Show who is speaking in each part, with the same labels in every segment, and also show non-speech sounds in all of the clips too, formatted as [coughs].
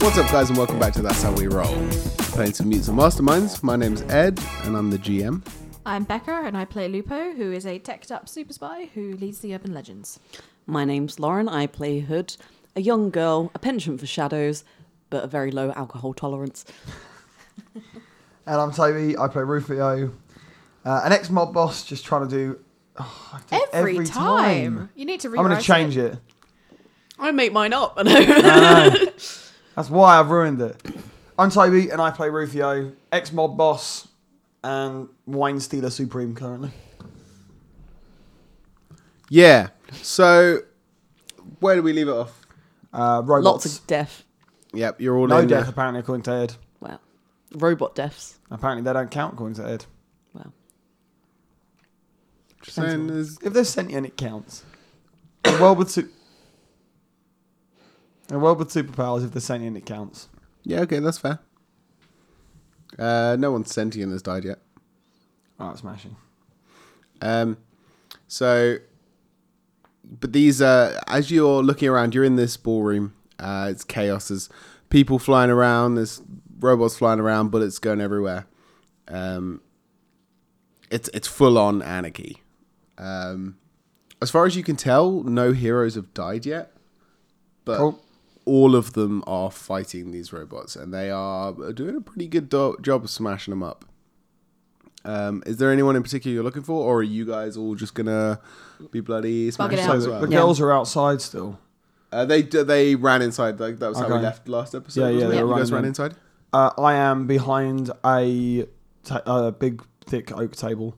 Speaker 1: What's up, guys, and welcome back to That's How We Roll. Playing some Mutes and Masterminds. My name's Ed, and I'm the GM.
Speaker 2: I'm Becca, and I play Lupo, who is a teched up super spy who leads the urban legends.
Speaker 3: My name's Lauren. I play Hood, a young girl, a penchant for shadows, but a very low alcohol tolerance.
Speaker 4: And I'm Toby. I play Rufio, uh, an ex-mob boss, just trying to do. oh, I do it
Speaker 2: Every, time. you need to
Speaker 4: I'm
Speaker 2: rewrite.
Speaker 4: going to change it.
Speaker 3: I make mine up. [laughs] I
Speaker 4: That's why I've ruined it. I'm Toby, and I play Rufio, ex-mob boss, and wine stealer supreme currently.
Speaker 1: Yeah. So, where do we leave it off?
Speaker 4: Uh, robots.
Speaker 3: Lots of death.
Speaker 1: Yep, you're all
Speaker 4: no
Speaker 1: in.
Speaker 4: death,
Speaker 1: uh,
Speaker 4: apparently, according to Ed.
Speaker 3: Well, robot deaths.
Speaker 4: Apparently, they don't count, according to Ed.
Speaker 3: Well,
Speaker 1: just saying there's-
Speaker 4: If they're sentient, it counts. [coughs] A world with su- a world with superpowers. If they're sentient, it counts.
Speaker 1: yeah, okay, that's fair. Uh, no one's sentient has died yet.
Speaker 4: Oh, that's smashing.
Speaker 1: Um, so, but these, uh, as you're looking around, you're in this ballroom. Uh, it's chaos. There's people flying around. There's robots flying around. Bullets going everywhere. Um, it's it's full on anarchy. Um, as far as you can tell, no heroes have died yet, but
Speaker 4: Cool.
Speaker 1: all of them are fighting these robots, and they are doing a pretty good do- job of smashing them up. Um, is there anyone in particular you're looking for, or are you guys all just gonna be bloody
Speaker 2: Bug
Speaker 1: smashed
Speaker 2: it
Speaker 1: up
Speaker 2: out.
Speaker 4: So
Speaker 1: as
Speaker 4: the,
Speaker 1: well?
Speaker 4: the
Speaker 3: Yeah.
Speaker 4: girls are outside still.
Speaker 1: Uh, they they ran inside. Like that was how we
Speaker 4: Okay.
Speaker 1: left last episode.
Speaker 4: Yeah, yeah,
Speaker 1: wasn't
Speaker 4: they
Speaker 1: it?
Speaker 4: were
Speaker 1: You guys
Speaker 4: running
Speaker 1: ran
Speaker 4: in.
Speaker 1: inside.
Speaker 4: Uh, I am behind a ta- a big, thick oak table.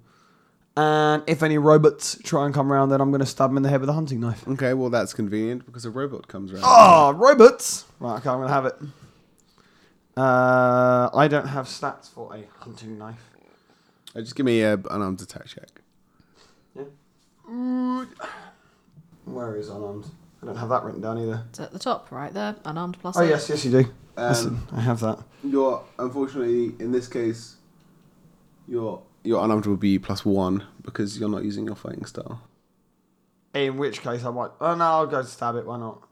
Speaker 4: And if any robots try and come around, then I'm going to stab them in the head with a hunting knife.
Speaker 1: Okay, well that's convenient because a robot comes around.
Speaker 4: Ah, robots! Right, okay, I'm going to have it. Uh, I don't have stats for a hunting knife.
Speaker 1: Uh, just give me a, an armed attack check.
Speaker 4: Where is unarmed? I don't have that written down either.
Speaker 2: It's at the top, right there, unarmed plus.
Speaker 4: Oh,
Speaker 2: eight.
Speaker 4: yes, yes, you do. Listen,
Speaker 1: Um,
Speaker 4: I have that.
Speaker 1: Your unfortunately in this case, your your unarmed will be plus one because you're not using your fighting style.
Speaker 4: In which case, I might. Oh, no, I'll go stab it. Why not?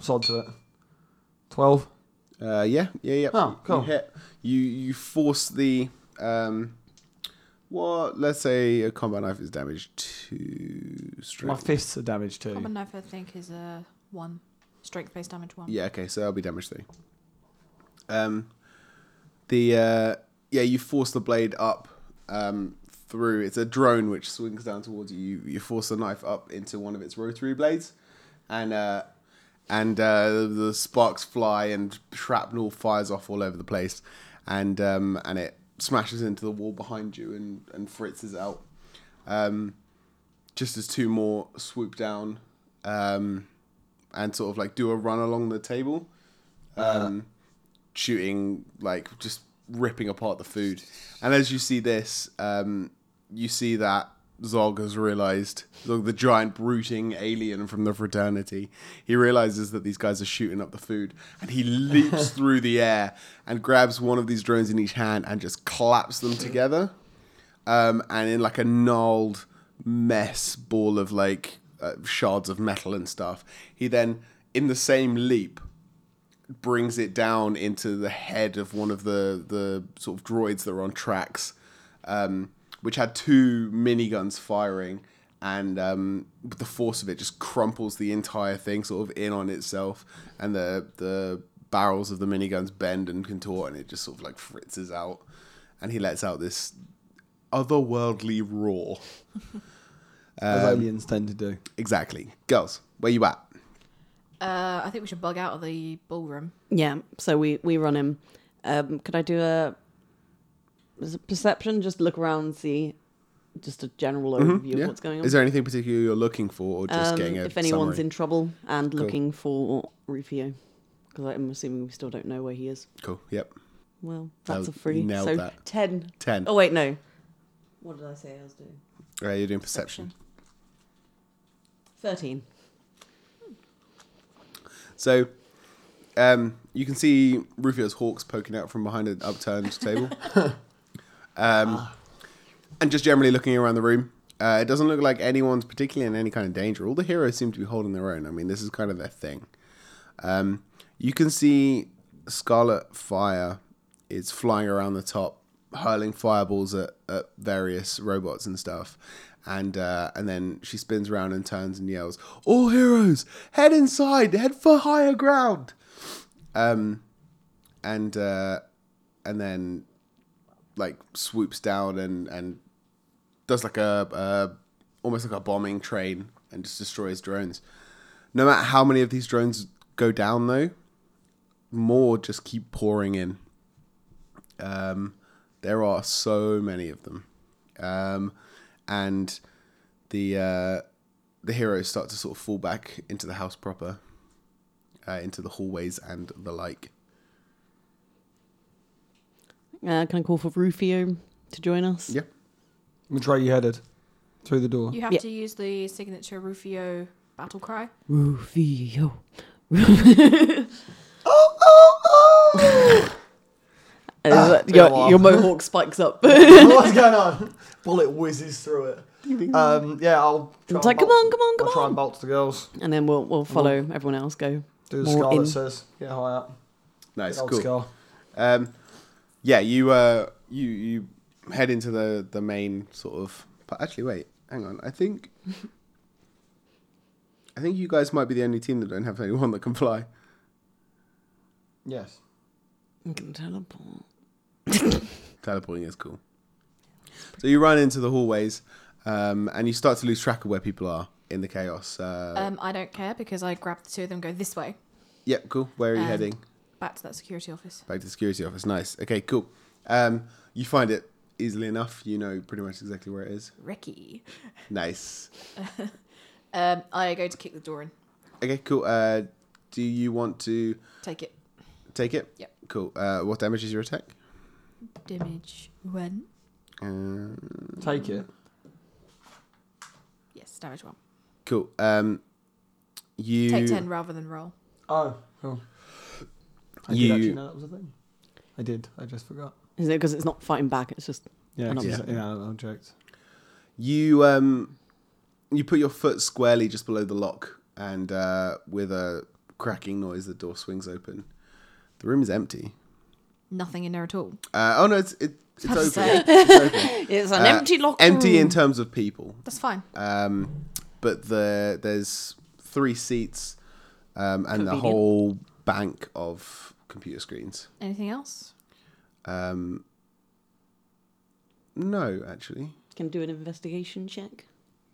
Speaker 4: Sod to it. 12.
Speaker 1: Uh, yeah, yeah, yeah.
Speaker 4: Oh, cool.
Speaker 1: You, hit, you you force the um, what? Let's say a combat knife is damaged to
Speaker 4: My
Speaker 1: strength.
Speaker 4: fists are damaged too.
Speaker 2: Common knife, I think, is a one strength based damage one.
Speaker 1: Yeah, okay, so that'll be damage three. Um, the uh, yeah, you force the blade up um through. It's a drone which swings down towards you. You, you force the knife up into one of its rotary blades, and uh, and uh, the sparks fly and shrapnel fires off all over the place, and um, and it smashes into the wall behind you and and fritzes out. Um, just as two more swoop down um, and sort of like do a run along the table, um, shooting like just ripping apart the food. And as you see this, um, you see that Zog has realized Zog, the giant brooding alien from the fraternity. He realizes that these guys are shooting up the food, and he leaps through the air and grabs one of these drones in each hand and just claps them together um, and in like a gnarled mess ball of like uh, shards of metal and stuff. He then, in the same leap, brings it down into the head of one of the the sort of droids that are on tracks, um, which had two miniguns firing, and um, the force of it just crumples the entire thing sort of in on itself, and the the barrels of the miniguns bend and contort, and it just sort of like fritzes out, and he lets out this otherworldly roar.
Speaker 4: as aliens tend to do.
Speaker 1: Exactly, girls, where you at?
Speaker 2: Uh, I think we should bug out of the ballroom.
Speaker 3: yeah. So we we run him. Um, could I do a, is it perception? Just look around, see, just a general overview
Speaker 1: Mm-hmm. Yeah.
Speaker 3: of what's going on.
Speaker 1: Is there anything particular you're looking for, or just
Speaker 3: Um,
Speaker 1: getting a
Speaker 3: if anyone's
Speaker 1: summary?
Speaker 3: in trouble and looking for Rufio, because I'm assuming we still don't know where he is.
Speaker 1: Cool. Yep.
Speaker 3: Well,
Speaker 1: That
Speaker 3: that's a
Speaker 1: was-
Speaker 3: free.
Speaker 1: Oh, nailed
Speaker 3: So
Speaker 1: that.
Speaker 3: ten.
Speaker 1: Ten.
Speaker 3: Oh wait, no. What did I say I was doing?
Speaker 1: Uh, you're doing perception.
Speaker 3: Thirteen.
Speaker 1: So, um, you can see Rufio's hawks poking out from behind an upturned table, um, and just generally looking around the room. Uh, it doesn't look like anyone's particularly in any kind of danger. All the heroes seem to be holding their own. I mean, this is kind of their thing. Um, You can see Scarlet Fire is flying around the top, hurling fireballs at, at various robots and stuff. And uh, and then she spins around and turns and yells, "All heroes, head inside, head for higher ground!" Um, and uh, and then like swoops down and and does like a uh, almost like a bombing train and just destroys drones. No matter how many of these drones go down, though, more just keep pouring in. Um, there are so many of them, um, and the uh, the heroes start to sort of fall back into the house proper, uh, into the hallways and the like.
Speaker 3: Uh, can I call for Rufio to join us?
Speaker 1: Yep.
Speaker 4: Which way you headed? Through the door.
Speaker 2: You have
Speaker 3: Yeah.
Speaker 2: to use the signature Rufio battle cry.
Speaker 3: Rufio.
Speaker 4: oh!
Speaker 3: [laughs] oh, oh, oh! your, your mohawk spikes up.
Speaker 4: What's going on? Bullet whizzes through it. Um, yeah, I'll.
Speaker 3: [laughs]
Speaker 4: try
Speaker 3: It's
Speaker 4: and
Speaker 3: like, come
Speaker 4: bolt-
Speaker 3: on, come on, come
Speaker 4: I'll try and
Speaker 3: on.
Speaker 4: bolt the girls.
Speaker 3: And then we'll we'll follow everyone else. Go.
Speaker 4: Do the
Speaker 3: More
Speaker 4: scar
Speaker 3: in.
Speaker 4: that says, get high up.
Speaker 1: Nice,
Speaker 4: Good old
Speaker 1: cool.
Speaker 4: Scar.
Speaker 1: Um, yeah, you uh, you you head into the the main sort of. But actually, wait, hang on. I think [laughs] I think you guys might be the only team that don't have anyone that can fly.
Speaker 4: Yes.
Speaker 3: I'm gonna teleport.
Speaker 1: Teleporting is cool. So you run into the hallways, um, and you start to lose track of where people are in the chaos. Uh,
Speaker 4: Oh.
Speaker 2: Um, I don't care because I grab the two of them and go this way,
Speaker 1: yep, cool. Where are you
Speaker 2: um,
Speaker 1: heading?
Speaker 2: back to that security office.
Speaker 1: Back to the security office. Nice. Okay, cool. Um, you find it easily enough. You know pretty much exactly where it is.
Speaker 2: Ricky.
Speaker 1: Nice.
Speaker 2: Um, I go to kick the door in.
Speaker 1: Okay, cool. Uh, do you want to?
Speaker 2: Take it.
Speaker 1: Take it.
Speaker 2: Yep.
Speaker 1: Cool. Uh, what damage is your attack?
Speaker 2: Damage one.
Speaker 1: Uh,
Speaker 4: Take it.
Speaker 2: Yes, damage one.
Speaker 1: cool. Um, you
Speaker 2: Take ten rather than roll.
Speaker 4: Oh, cool. I
Speaker 1: You-
Speaker 4: did actually know that was a thing. I did. I just forgot.
Speaker 3: Is it because it's not fighting back? It's just
Speaker 4: Yeah,
Speaker 3: An
Speaker 4: 'cause it's
Speaker 1: object.
Speaker 4: an inanimate object.
Speaker 1: You um, you put your foot squarely just below the lock, and uh, with a cracking noise, the door swings open. The room is empty.
Speaker 2: Nothing in there at all.
Speaker 1: Uh, oh no, it's it, it's
Speaker 2: About to
Speaker 1: open.
Speaker 2: say.
Speaker 1: It's
Speaker 3: [laughs]
Speaker 1: open.
Speaker 3: it's
Speaker 1: Uh, Empty in terms of people.
Speaker 2: That's fine.
Speaker 1: Um, but the there's three seats, um, and the
Speaker 3: Convenient.
Speaker 1: whole bank of computer screens.
Speaker 2: Anything else?
Speaker 1: Um, no, actually.
Speaker 3: Can do an investigation check.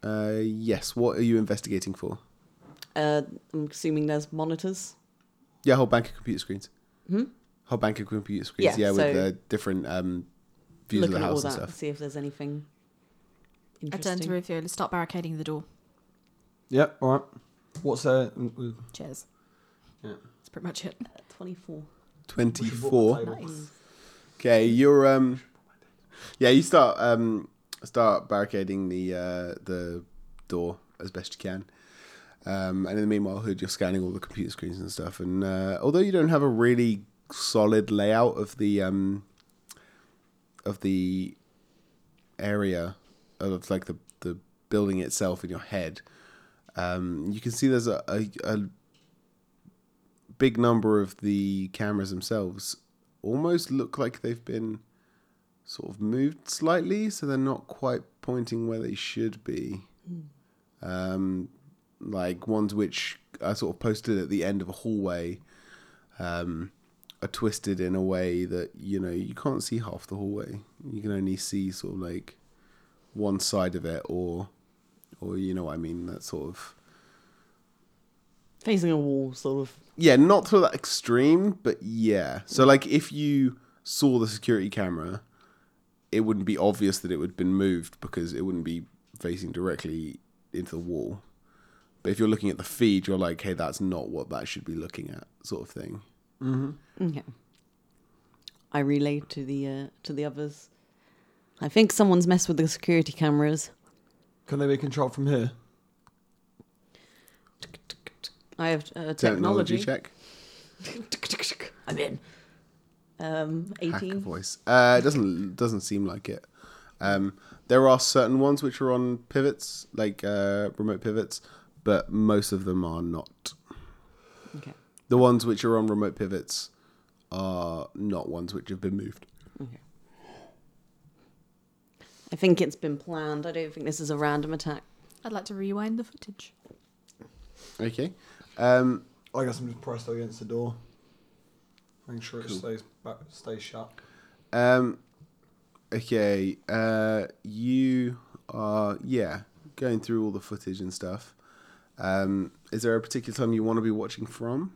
Speaker 1: Uh, yes. What are you investigating for?
Speaker 3: Uh, I'm assuming there's monitors.
Speaker 1: Yeah, whole bank of computer screens. Hmm. Whole bank of computer screens. Yeah,
Speaker 3: Yeah,
Speaker 1: with
Speaker 3: so-
Speaker 1: uh, different um, views
Speaker 3: Looking
Speaker 1: of the
Speaker 3: at all
Speaker 1: house and
Speaker 3: that,
Speaker 1: stuff.
Speaker 3: see if there's anything.
Speaker 2: I
Speaker 3: Interesting.
Speaker 2: turn to Rufio. Let's start barricading the door.
Speaker 4: Yep, alright. What's mm, there?
Speaker 2: Cheers.
Speaker 4: Yeah.
Speaker 2: That's pretty much it.
Speaker 3: Uh, Twenty-four.
Speaker 1: Twenty-four.
Speaker 2: Nice.
Speaker 1: Okay, you're um, yeah, you start um, start barricading the uh, the door as best you can. Um, and in the meanwhile, Hood, you're scanning all the computer screens and stuff. And uh, although you don't have a really solid layout of the um, of the area of like the the building itself in your head, um, you can see there's a, a, a big number of the cameras themselves almost look like they've been sort of moved slightly, so they're not quite pointing where they should be. Um, like ones which are sort of posted at the end of a hallway um, are twisted in a way that you know you can't see half the hallway. You can only see sort of like one side of it, or or you know what I mean. That sort of
Speaker 3: Facing a wall, sort of.
Speaker 1: yeah, not to that extreme, but yeah. So like if you saw the security camera, it wouldn't be obvious that it would have been moved because it wouldn't be facing directly into the wall. But if you're looking at the feed, you're like, hey, that's not what that should be looking at, sort of thing.
Speaker 3: Okay. I relay to the uh, to the others. I think someone's messed with the security cameras.
Speaker 4: Can they be controlled from here?
Speaker 3: I have uh,
Speaker 1: Technology,
Speaker 3: technology.
Speaker 1: check.
Speaker 3: [laughs] I'm in. Um,
Speaker 1: Hacker
Speaker 3: eighteen.
Speaker 1: voice. Uh, it doesn't doesn't seem like it. Um, there are certain ones which are on pivots, like uh, remote pivots, but most of them are not.
Speaker 3: Okay.
Speaker 1: The The ones which are on remote pivots are not ones which have been moved.
Speaker 3: I think it's been planned. I don't think this is a random attack.
Speaker 2: I'd like to rewind the footage.
Speaker 1: Okay. Um,
Speaker 4: I guess I'm just pressed against the door. Making sure it stays back, stays shut.
Speaker 1: um, okay. Uh, you are yeah going through all the footage and stuff. Um, is there a particular time you want to be watching from?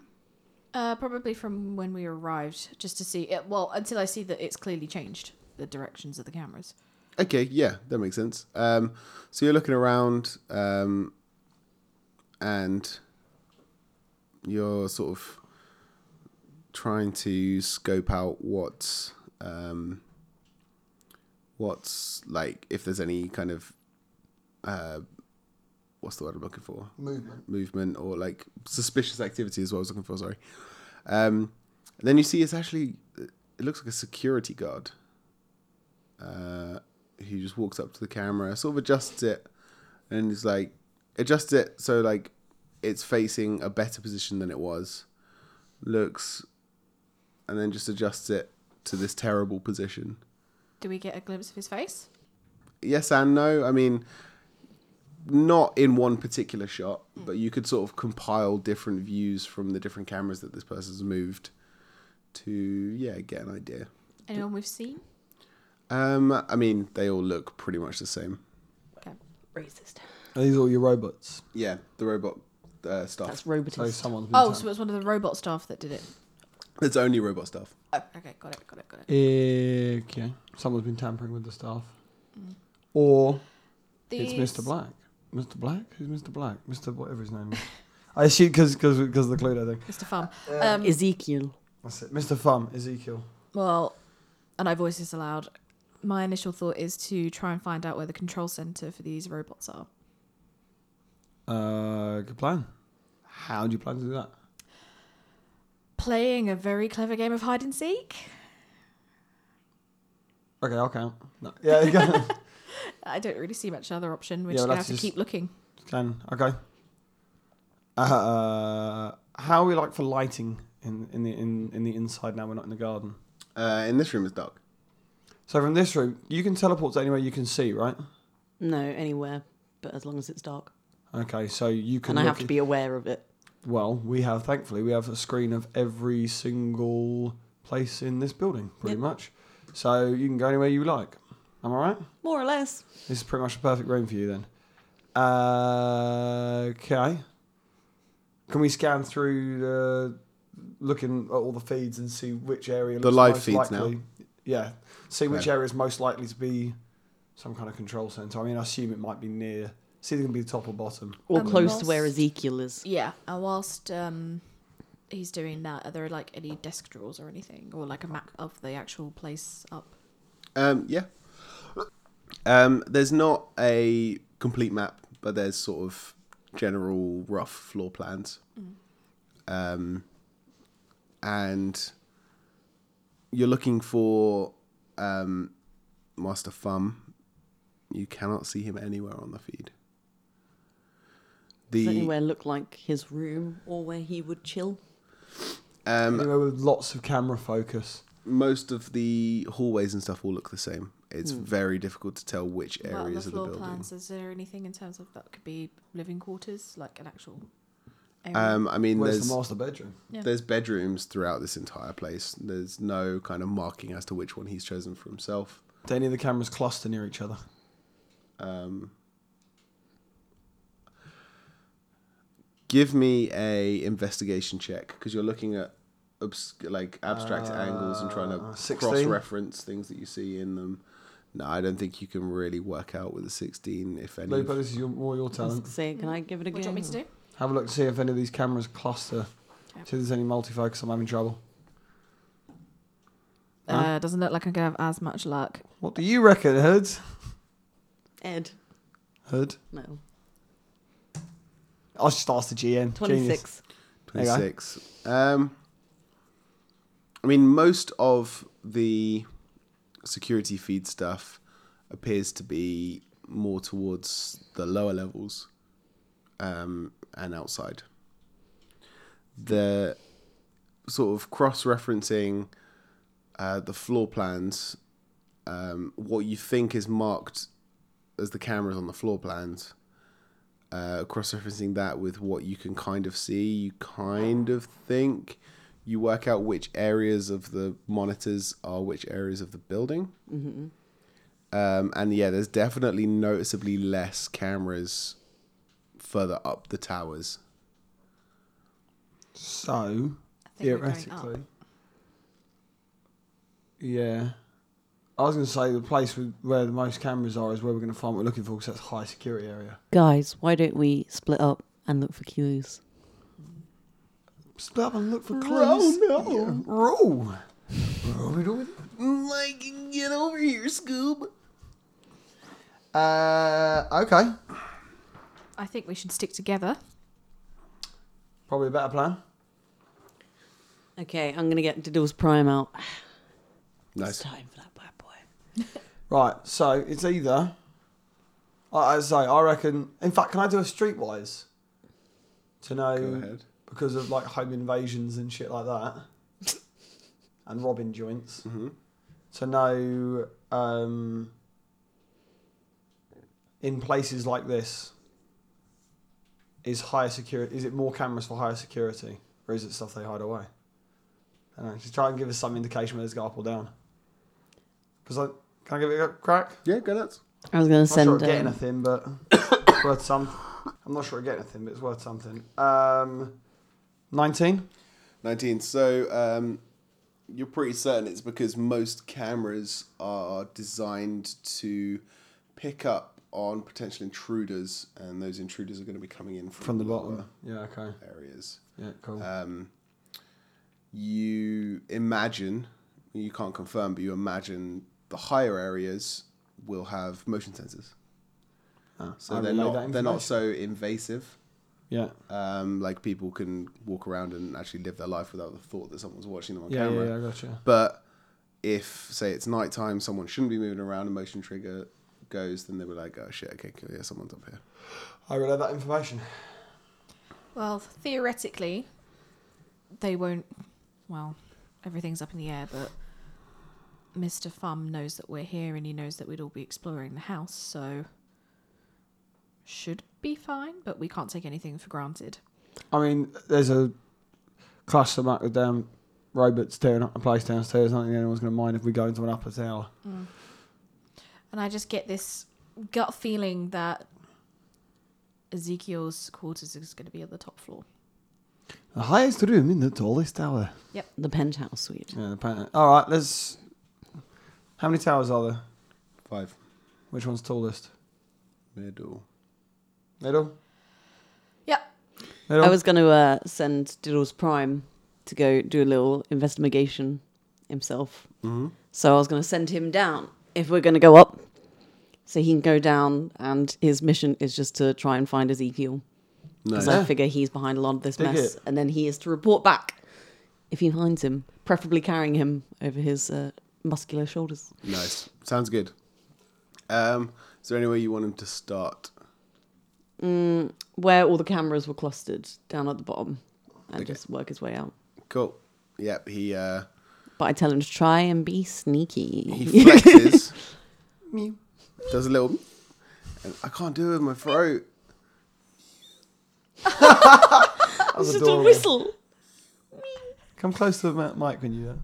Speaker 2: Uh, probably from when we arrived, just to see it. Well, until I see that it's clearly changed the directions of the cameras.
Speaker 1: Okay, yeah, that makes sense. Um, so you're looking around, um, and you're sort of trying to scope out what's um, what's like if there's any kind of uh, what's the word I'm looking for
Speaker 4: Movement.
Speaker 1: movement or like suspicious activity is what I was looking for. Sorry. Um, and then you see it's actually it looks like a security guard uh, who just walks up to the camera, sort of adjusts it, and is like adjusts it so like it's facing a better position than it was. Looks, and then just adjusts it to this terrible position.
Speaker 2: Do we get a glimpse of his face?
Speaker 1: yes and no. I mean, not in one particular shot, but you could sort of compile different views from the different cameras that this person's moved to, yeah, get an idea.
Speaker 2: Anyone we've seen?
Speaker 1: Um, I mean, they all look pretty much the same.
Speaker 2: Okay.
Speaker 3: Racist.
Speaker 4: Are these all your robots?
Speaker 1: Yeah, the robot uh, stuff.
Speaker 3: That's robotist.
Speaker 4: So someone's been
Speaker 2: Oh,
Speaker 4: turned-
Speaker 2: so it was one of the robot staff that did it.
Speaker 1: It's only robot stuff.
Speaker 2: Oh, okay, got it, got it, got it.
Speaker 4: Okay. Someone's been tampering with the staff.
Speaker 2: Mm.
Speaker 4: Or it's Mr. Black. Mr. Black? Who's Mr. Black? Mr. whatever his
Speaker 2: [laughs]
Speaker 4: name is. I assume because because of the clue, I think.
Speaker 2: Mr. Farm. Um,
Speaker 3: Ezekiel.
Speaker 4: That's it. Mr. Thumb, Ezekiel.
Speaker 2: well, and I voice this aloud. My initial thought is to try and find out where the control center for these robots are.
Speaker 4: Uh, good plan. How do you plan to do that?
Speaker 2: Playing a very clever game of hide and seek.
Speaker 4: Okay, I'll count. No. Yeah, you [laughs] can.
Speaker 2: I don't really see much other option. We're
Speaker 4: Yeah,
Speaker 2: just
Speaker 4: well,
Speaker 2: gonna have
Speaker 4: that's
Speaker 2: to keep
Speaker 4: just-
Speaker 2: looking.
Speaker 4: Can. Okay. Uh, how are we like for lighting in in the in, in the inside now? We're not in the garden.
Speaker 1: Uh, in this room is dark.
Speaker 4: So from this room, you can teleport to anywhere you can see, right?
Speaker 3: No, anywhere, but as long as it's dark.
Speaker 4: Okay, so you can.
Speaker 3: and I
Speaker 4: look
Speaker 3: have to
Speaker 4: at-
Speaker 3: be aware of it.
Speaker 4: Well, we have thankfully we have a screen of every single place in this building, pretty
Speaker 3: Yep.
Speaker 4: much. So you can go anywhere you like. Am I right?
Speaker 3: More or less.
Speaker 4: This is pretty much a perfect room for you then. Uh, okay. Can we scan through the looking at all the feeds and see which area
Speaker 1: The
Speaker 4: looks
Speaker 1: live
Speaker 4: most
Speaker 1: feeds now.
Speaker 4: likely, Yeah, see which
Speaker 1: Yeah.
Speaker 4: area is most likely to be some kind of control center. I mean, I assume it might be near. It's either going to be the top or bottom.
Speaker 3: Or
Speaker 2: And
Speaker 3: close to where
Speaker 2: whilst-
Speaker 3: Ezekiel is.
Speaker 2: Yeah, and whilst um, he's doing that, are there like any desk drawers or anything, or like a map of the actual place up?
Speaker 1: Um, yeah. Um, there's not a complete map, but there's sort of general rough floor plans. Um, and you're looking for um, Master Fum. You cannot see him anywhere on the feed.
Speaker 3: Does
Speaker 1: The
Speaker 3: anywhere look like his room or where he would chill?
Speaker 1: um,
Speaker 4: Anywhere with lots of camera focus.
Speaker 1: most of the hallways and stuff all look the same. It's very difficult to tell which
Speaker 2: Well,
Speaker 1: areas
Speaker 2: the
Speaker 1: of the
Speaker 2: floor
Speaker 1: building.
Speaker 2: plans, is there anything in terms of that could be living quarters, like an actual
Speaker 4: Uh,
Speaker 2: area?
Speaker 1: Um, I mean,
Speaker 4: Where's
Speaker 1: there's
Speaker 4: the master bedroom?
Speaker 2: Yeah.
Speaker 1: There's bedrooms throughout this entire place. There's no kind of marking as to which one he's chosen for himself.
Speaker 4: Do any of the cameras cluster near each other?
Speaker 1: Um, give me a investigation check because you're looking at obs- like abstract
Speaker 4: Uh,
Speaker 1: angles and trying to
Speaker 4: 16?
Speaker 1: cross reference things that you see in them. No, I don't think you can really work out with a 16 if any.
Speaker 4: Lupo, this is your, more your
Speaker 3: I was
Speaker 4: talent.
Speaker 3: gonna say, can I give it a
Speaker 2: what do
Speaker 3: go?
Speaker 2: you want me to do?
Speaker 4: Have a look to see if any of these cameras cluster. See
Speaker 2: Okay.
Speaker 4: if there's any multifocus. I'm having trouble. Huh?
Speaker 2: Uh, doesn't look like I'm gonna have as much luck.
Speaker 4: What do you reckon, Hood?
Speaker 3: Ed.
Speaker 4: Hood?
Speaker 3: No.
Speaker 4: I will just ask the GM. 26.
Speaker 3: 26.
Speaker 4: There you go.
Speaker 1: 26. Um, I mean, most of the security feed stuff appears to be more towards the lower levels um, and outside. The sort of cross referencing uh, the floor plans, um, what you think is marked as the cameras on the floor plans, uh, cross referencing that with what you can kind of see, you kind of think. You work out which areas of the monitors are which areas of the building. Um, and yeah, there's definitely noticeably less cameras further up the towers.
Speaker 4: So
Speaker 2: I think we're going up.
Speaker 4: theoretically, yeah. I was going to say the place with, where the most cameras are is where we're going to find what we're looking for because that's high security area.
Speaker 3: Guys, why don't we split up and look for clues?
Speaker 4: Split up and look for
Speaker 1: Oh,
Speaker 4: clues.
Speaker 1: no.
Speaker 4: Yeah, roll. Roll it all.
Speaker 1: Like, get over here, Scoob.
Speaker 4: Uh, okay.
Speaker 2: I think we should stick together.
Speaker 4: Probably a better plan.
Speaker 3: Okay, I'm gonna get Diddle's Prime out. It's
Speaker 1: Nice.
Speaker 3: time for that bad boy.
Speaker 4: Right, so it's either. I I say, I reckon. In fact, can I do a streetwise? To know
Speaker 1: Go ahead.
Speaker 4: because of like home invasions and shit like that, [laughs] and robbing joints.
Speaker 1: Mhm.
Speaker 4: To know um, in places like this, is higher security? Is it more cameras for higher security, or is it stuff they hide away? I don't know. Just try and give us some indication whether it's got up or down. Because I can I give it a crack.
Speaker 1: Yeah, go nuts.
Speaker 3: I was gonna
Speaker 4: I'm not sure
Speaker 3: send.
Speaker 4: it'd get
Speaker 3: um,
Speaker 4: anything, but it's worth some. I'm not sure it'd get anything, but it's worth something. Um, Nineteen.
Speaker 1: 19. So um, you're pretty certain it's because most cameras are designed to pick up on potential intruders, and those intruders are going to be coming in from,
Speaker 4: from the
Speaker 1: lower
Speaker 4: bottom. Yeah. Okay.
Speaker 1: areas.
Speaker 4: Yeah. Cool.
Speaker 1: Um, you imagine, you can't confirm, but you imagine the higher areas will have motion sensors.
Speaker 4: Ah,
Speaker 1: So
Speaker 4: I
Speaker 1: they're
Speaker 4: relay
Speaker 1: not
Speaker 4: that
Speaker 1: they're not
Speaker 4: information.
Speaker 1: so invasive.
Speaker 4: Yeah.
Speaker 1: Um, like people can walk around and actually live their life without the thought that someone's watching them on
Speaker 4: Yeah,
Speaker 1: camera.
Speaker 4: yeah. Yeah. I gotcha.
Speaker 1: But if, say, it's nighttime, someone shouldn't be moving around, a motion trigger goes, then they were like, oh shit, okay, cool, yeah, someone's up here.
Speaker 4: I relay that information.
Speaker 2: Well, theoretically, they won't. Well, everything's up in the air, but Mr. Fum knows that we're here and he knows that we'd all be exploring the house, so. Should be fine, but we can't take anything for granted.
Speaker 4: I mean, there's a clash about with them robots tearing up the place downstairs. I don't think anyone's going to mind if we go into an upper tower.
Speaker 2: And I just get this gut feeling that Ezekiel's quarters is going to be on the top floor.
Speaker 4: The highest room in the tallest tower.
Speaker 3: the penthouse suite.
Speaker 4: Yeah. Apparently. All right. Let's. How many towers are there?
Speaker 1: Five,
Speaker 4: Which one's tallest?
Speaker 1: middle.
Speaker 4: Middle.
Speaker 2: Yep.
Speaker 4: Middle.
Speaker 3: I was gonna uh, send Diddle's Prime to go do a little investigation himself.
Speaker 1: Mm-hmm.
Speaker 3: So I was going to send him down if we're going to go up. So he can go down, and his mission is just to try and find Ezekiel.
Speaker 1: No.
Speaker 3: Because
Speaker 4: Nice.
Speaker 3: I figure he's behind a lot of this
Speaker 4: Dig
Speaker 3: mess.
Speaker 4: it.
Speaker 3: And then he is to report back if he finds him, preferably carrying him over his uh, muscular shoulders.
Speaker 1: Nice. Sounds good. Um, is there any way you want him to start?
Speaker 3: Mm, where all the cameras were clustered down at the bottom and
Speaker 1: Okay.
Speaker 3: just work his way out.
Speaker 1: Cool. Yep, he uh,
Speaker 3: But I tell him to try and be sneaky.
Speaker 1: he
Speaker 3: [laughs]
Speaker 1: flexes,
Speaker 4: Meow.
Speaker 1: does a little, and I can't do it with my throat.
Speaker 4: That was
Speaker 3: It's just a
Speaker 4: adorable.
Speaker 3: whistle.
Speaker 4: Come close to the mi- mic when you do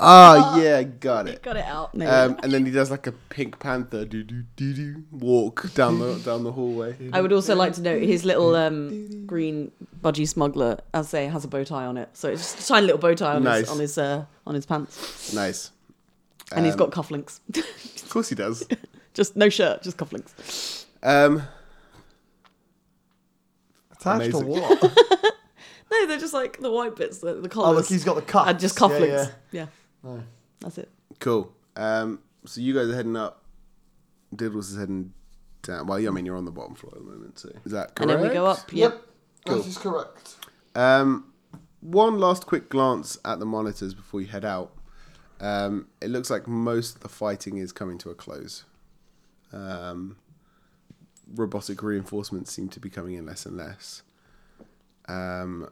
Speaker 1: Oh, yeah, got it.
Speaker 2: Got it out.
Speaker 3: No,
Speaker 1: Um, and then he does like a Pink Panther do do do do walk down the down the hallway.
Speaker 3: I would also like to note his
Speaker 1: [laughs]
Speaker 3: little um, green budgie smuggler, as I say, has a bow tie on it. So it's just a tiny little bow tie on
Speaker 1: Nice.
Speaker 3: his on his uh, on his pants,
Speaker 1: Nice.
Speaker 3: and he's
Speaker 1: Um,
Speaker 3: got cufflinks. [laughs]
Speaker 1: Of course he does.
Speaker 3: just no shirt, just cufflinks.
Speaker 1: Um,
Speaker 4: Attached
Speaker 1: Amazing.
Speaker 4: to what?
Speaker 3: No, they're just like the white bits, the, the collars,
Speaker 4: oh, look, he's got the cuff.
Speaker 3: and just cufflinks. Yeah,
Speaker 4: No.
Speaker 3: that's it.
Speaker 1: cool. Um, so you guys are heading up. Diddles is heading down. Well, yeah, I mean you're on the bottom floor at the moment, so is that correct?
Speaker 3: And then we go up. Yep.
Speaker 1: Cool.
Speaker 4: is correct.
Speaker 1: Um, one last quick glance at the monitors before you head out. Um, it looks like most of the fighting is coming to a close. Um, robotic reinforcements seem to be coming in less and less. um,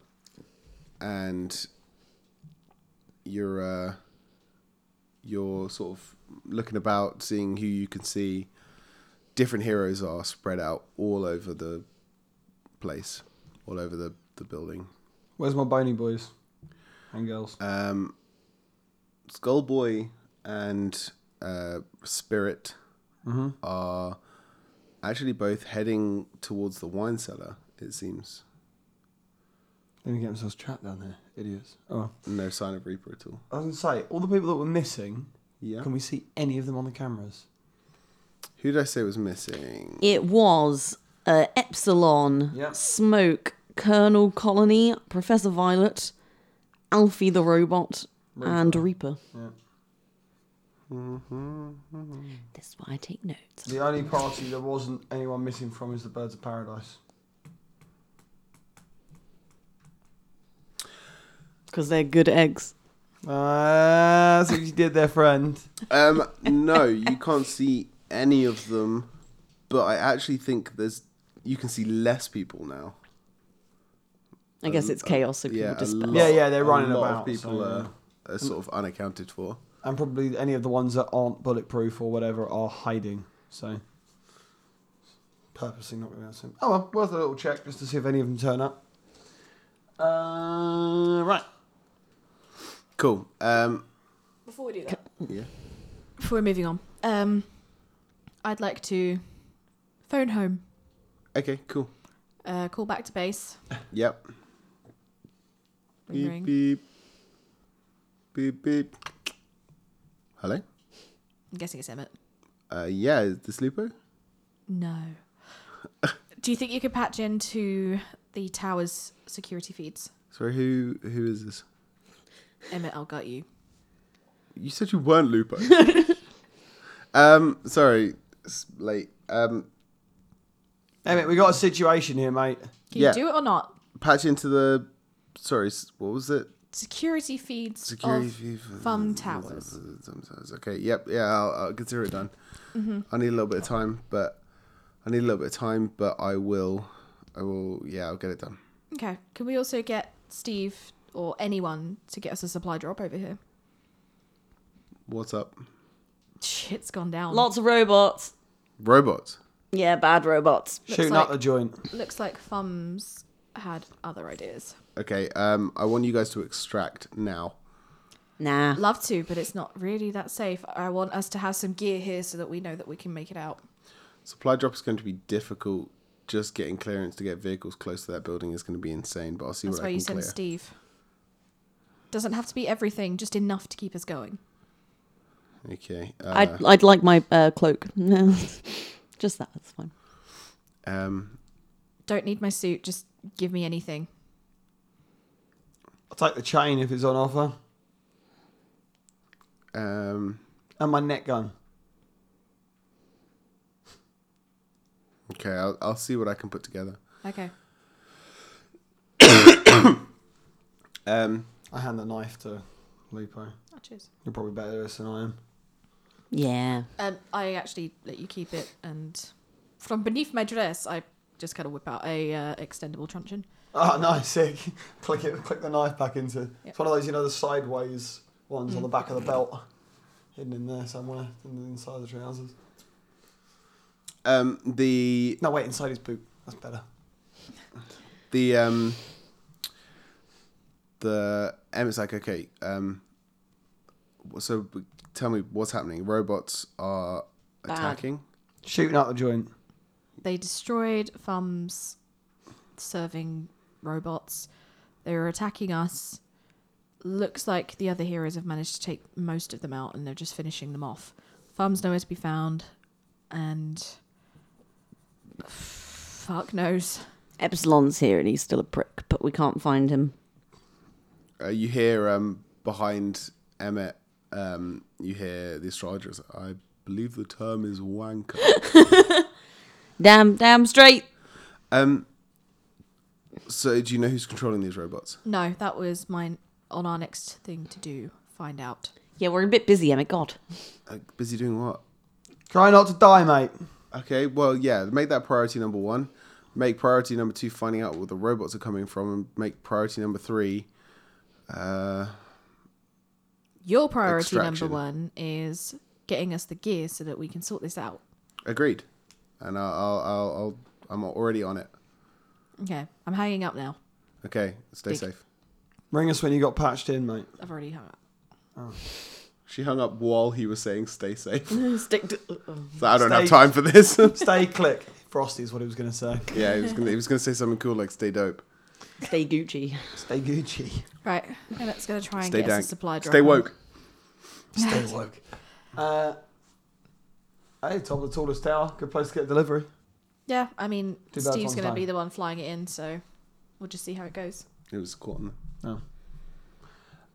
Speaker 1: and you're uh, you're sort of looking about, seeing who you can see. Different heroes are spread out all over the place, all over the, the building.
Speaker 4: Where's my bony boys and girls? Uh,
Speaker 1: Um, Skullboy and uh, Spirit
Speaker 4: Mm-hmm.
Speaker 1: are actually both heading towards the wine cellar. It seems
Speaker 4: They didn't get themselves trapped down there. Idiots. Oh.
Speaker 1: no sign of Reaper at all.
Speaker 4: I was going to say, all the people that were missing,
Speaker 1: Yeah.
Speaker 4: can we see any of them on the cameras?
Speaker 1: Who did I say was missing?
Speaker 3: It was uh, Epsilon,
Speaker 4: Yep.
Speaker 3: Smoke, Colonel Colony, Professor Violet, Alfie the Robot, and Reaper.
Speaker 4: Yeah.
Speaker 3: This is why I take notes.
Speaker 4: The only party there wasn't anyone missing from is the Birds of Paradise.
Speaker 3: Because they're good eggs.
Speaker 4: Ah, that's what you did there, friend.
Speaker 1: Um, no,
Speaker 4: [laughs]
Speaker 1: you can't see any of them. But I actually think there's you can see less people now.
Speaker 3: I guess it's chaos, so people
Speaker 1: Um, Yeah, a
Speaker 3: disperse.
Speaker 1: lot-
Speaker 4: Yeah, yeah, they're
Speaker 1: a
Speaker 4: running
Speaker 1: lot
Speaker 4: about,
Speaker 1: Of people
Speaker 4: so,
Speaker 1: are, are sort of unaccounted for.
Speaker 4: And probably any of the ones that aren't bulletproof or whatever are hiding. So, purposely not going to answer. Oh, well, worth a little check just to see if any of them turn up. Uh, right.
Speaker 1: Cool. Um,
Speaker 2: Before we do that,
Speaker 1: yeah.
Speaker 2: before we're moving on, um, I'd like to phone home,
Speaker 1: Okay. Cool.
Speaker 2: uh, call back to base,
Speaker 1: Yep.
Speaker 2: ring
Speaker 1: Beep
Speaker 2: ring.
Speaker 1: beep. Beep beep. Hello.
Speaker 2: I'm guessing it's Emmett.
Speaker 1: Uh, yeah, is this Lupo?
Speaker 2: No. [laughs] do you think you could patch into the tower's security feeds?
Speaker 1: Sorry, who who is this?
Speaker 2: Emmett, I'll gut you.
Speaker 1: You said you weren't
Speaker 2: [laughs]
Speaker 1: Lupo. um, sorry, it's late. Um,
Speaker 4: Hey, mate, we got a situation here, mate.
Speaker 2: Can you
Speaker 1: Yeah.
Speaker 2: do it or not?
Speaker 1: patch into the. Sorry, s- what was it?
Speaker 2: Security feeds
Speaker 1: Security.
Speaker 2: of
Speaker 1: fee-
Speaker 2: Thumb Towers.
Speaker 1: Thumb Towers. Okay. Yep. Yeah, I'll, I'll consider it done.
Speaker 2: Mm-hmm.
Speaker 1: I need a little bit of time, but I need a little bit of time, but I will. I will. Yeah, I'll get it done.
Speaker 2: Okay. Can we also get Steve or anyone to get us a supply drop over here?
Speaker 1: What's up,
Speaker 2: Shit's gone down.
Speaker 3: Lots of robots.
Speaker 1: robots?
Speaker 3: Yeah, bad robots.
Speaker 2: Looks
Speaker 4: Shooting up
Speaker 2: like-
Speaker 4: the joint.
Speaker 2: Looks like Thumbs had other ideas.
Speaker 1: Okay. Um, I want you guys to extract now.
Speaker 3: Nah.
Speaker 4: Uh.
Speaker 2: Love to, but it's not really that safe. I want us to have some gear here so that we know that we can make it out.
Speaker 1: Supply drop is going to be difficult. Just getting clearance to get vehicles close to that building is going to be insane. But I'll see
Speaker 2: That's
Speaker 1: what
Speaker 2: why
Speaker 1: I
Speaker 2: you
Speaker 1: can
Speaker 2: send
Speaker 1: clear.
Speaker 2: Steve. Doesn't have to be everything, just enough to keep us going.
Speaker 1: Okay. Uh,
Speaker 3: I'd, I'd like my uh, cloak. [laughs] Just that, that's fine.
Speaker 1: um,
Speaker 2: Don't need my suit, just give me anything.
Speaker 4: I'll take the chain if it's on offer.
Speaker 1: um,
Speaker 4: And my net gun.
Speaker 1: okay. I'll, I'll see what I can put together.
Speaker 2: Okay.
Speaker 1: Um,
Speaker 4: I hand the knife to Lupo.
Speaker 2: Oh, cheers.
Speaker 4: You're probably better at this than I am.
Speaker 3: Yeah.
Speaker 2: Um, I actually let you keep it, and from beneath my dress, I just kind of whip out a uh, extendable truncheon.
Speaker 4: Oh, [laughs] nice, sick. click it, click the knife back into. It's one of those, you know, the sideways ones
Speaker 3: Mm.
Speaker 4: on the back of the belt, hidden in there somewhere, in the inside the trousers.
Speaker 1: um, the
Speaker 4: No, wait, inside his boot. That's better.
Speaker 1: the um, the Emmett's like, okay. Um, so tell me what's happening. Robots are attacking.
Speaker 4: Shooting out the joint.
Speaker 2: They destroyed Thumb's serving robots. They were attacking us. Looks like the other heroes have managed to take most of them out and they're just finishing them off. Thumb's nowhere to be found, and. Fuck knows.
Speaker 3: Epsilon's here and he's still a prick, but we can't find him.
Speaker 1: Uh, you hear um, behind Emmett. Um, you hear the astrologers. I believe the term is wanker. [laughs]
Speaker 3: Damn, damn straight.
Speaker 1: Um. So, do you know who's controlling these robots?
Speaker 2: No, that was mine on our next thing to do. Find out.
Speaker 3: Yeah, we're a bit busy, Emmett. God.
Speaker 1: Uh, busy doing what?
Speaker 4: Try not to die, mate.
Speaker 1: Okay. Well, yeah. Make that priority number one. Make priority number two finding out where the robots are coming from, and make priority number three. Uh,
Speaker 2: Your priority
Speaker 1: Extraction.
Speaker 2: number one is getting us the gear so that we can sort this out.
Speaker 1: agreed, and I'll, I'll, I'll, I'll I'm already on it.
Speaker 2: Okay, I'm hanging up now.
Speaker 1: Okay, stay
Speaker 2: Dick.
Speaker 1: safe.
Speaker 4: Ring us when you got patched in, mate.
Speaker 2: I've already hung up.
Speaker 1: She hung up while he was saying "stay safe." [laughs]
Speaker 3: [laughs] Stick to. oh.
Speaker 1: So I don't have
Speaker 4: Stay-
Speaker 1: time for this. [laughs]
Speaker 3: [laughs]
Speaker 4: Stay click. Frosty is what he was going to say.
Speaker 1: yeah, he was gonna he was gonna say something cool like "stay dope,"
Speaker 3: Stay Gucci.
Speaker 4: Stay
Speaker 3: [laughs]
Speaker 4: Gucci.
Speaker 2: Right, okay, let's go try and
Speaker 1: "stay
Speaker 2: get us a
Speaker 1: dank,"
Speaker 2: supply drop.
Speaker 1: "stay woke."
Speaker 4: Stay woke. Uh, hey, top of the tallest tower. Good place to get delivery.
Speaker 2: Yeah, I mean,
Speaker 4: Two birds,
Speaker 2: Steve's going
Speaker 4: one
Speaker 2: to
Speaker 4: stone.
Speaker 2: be the one flying it in, so we'll just see how it goes.
Speaker 1: It was caught on.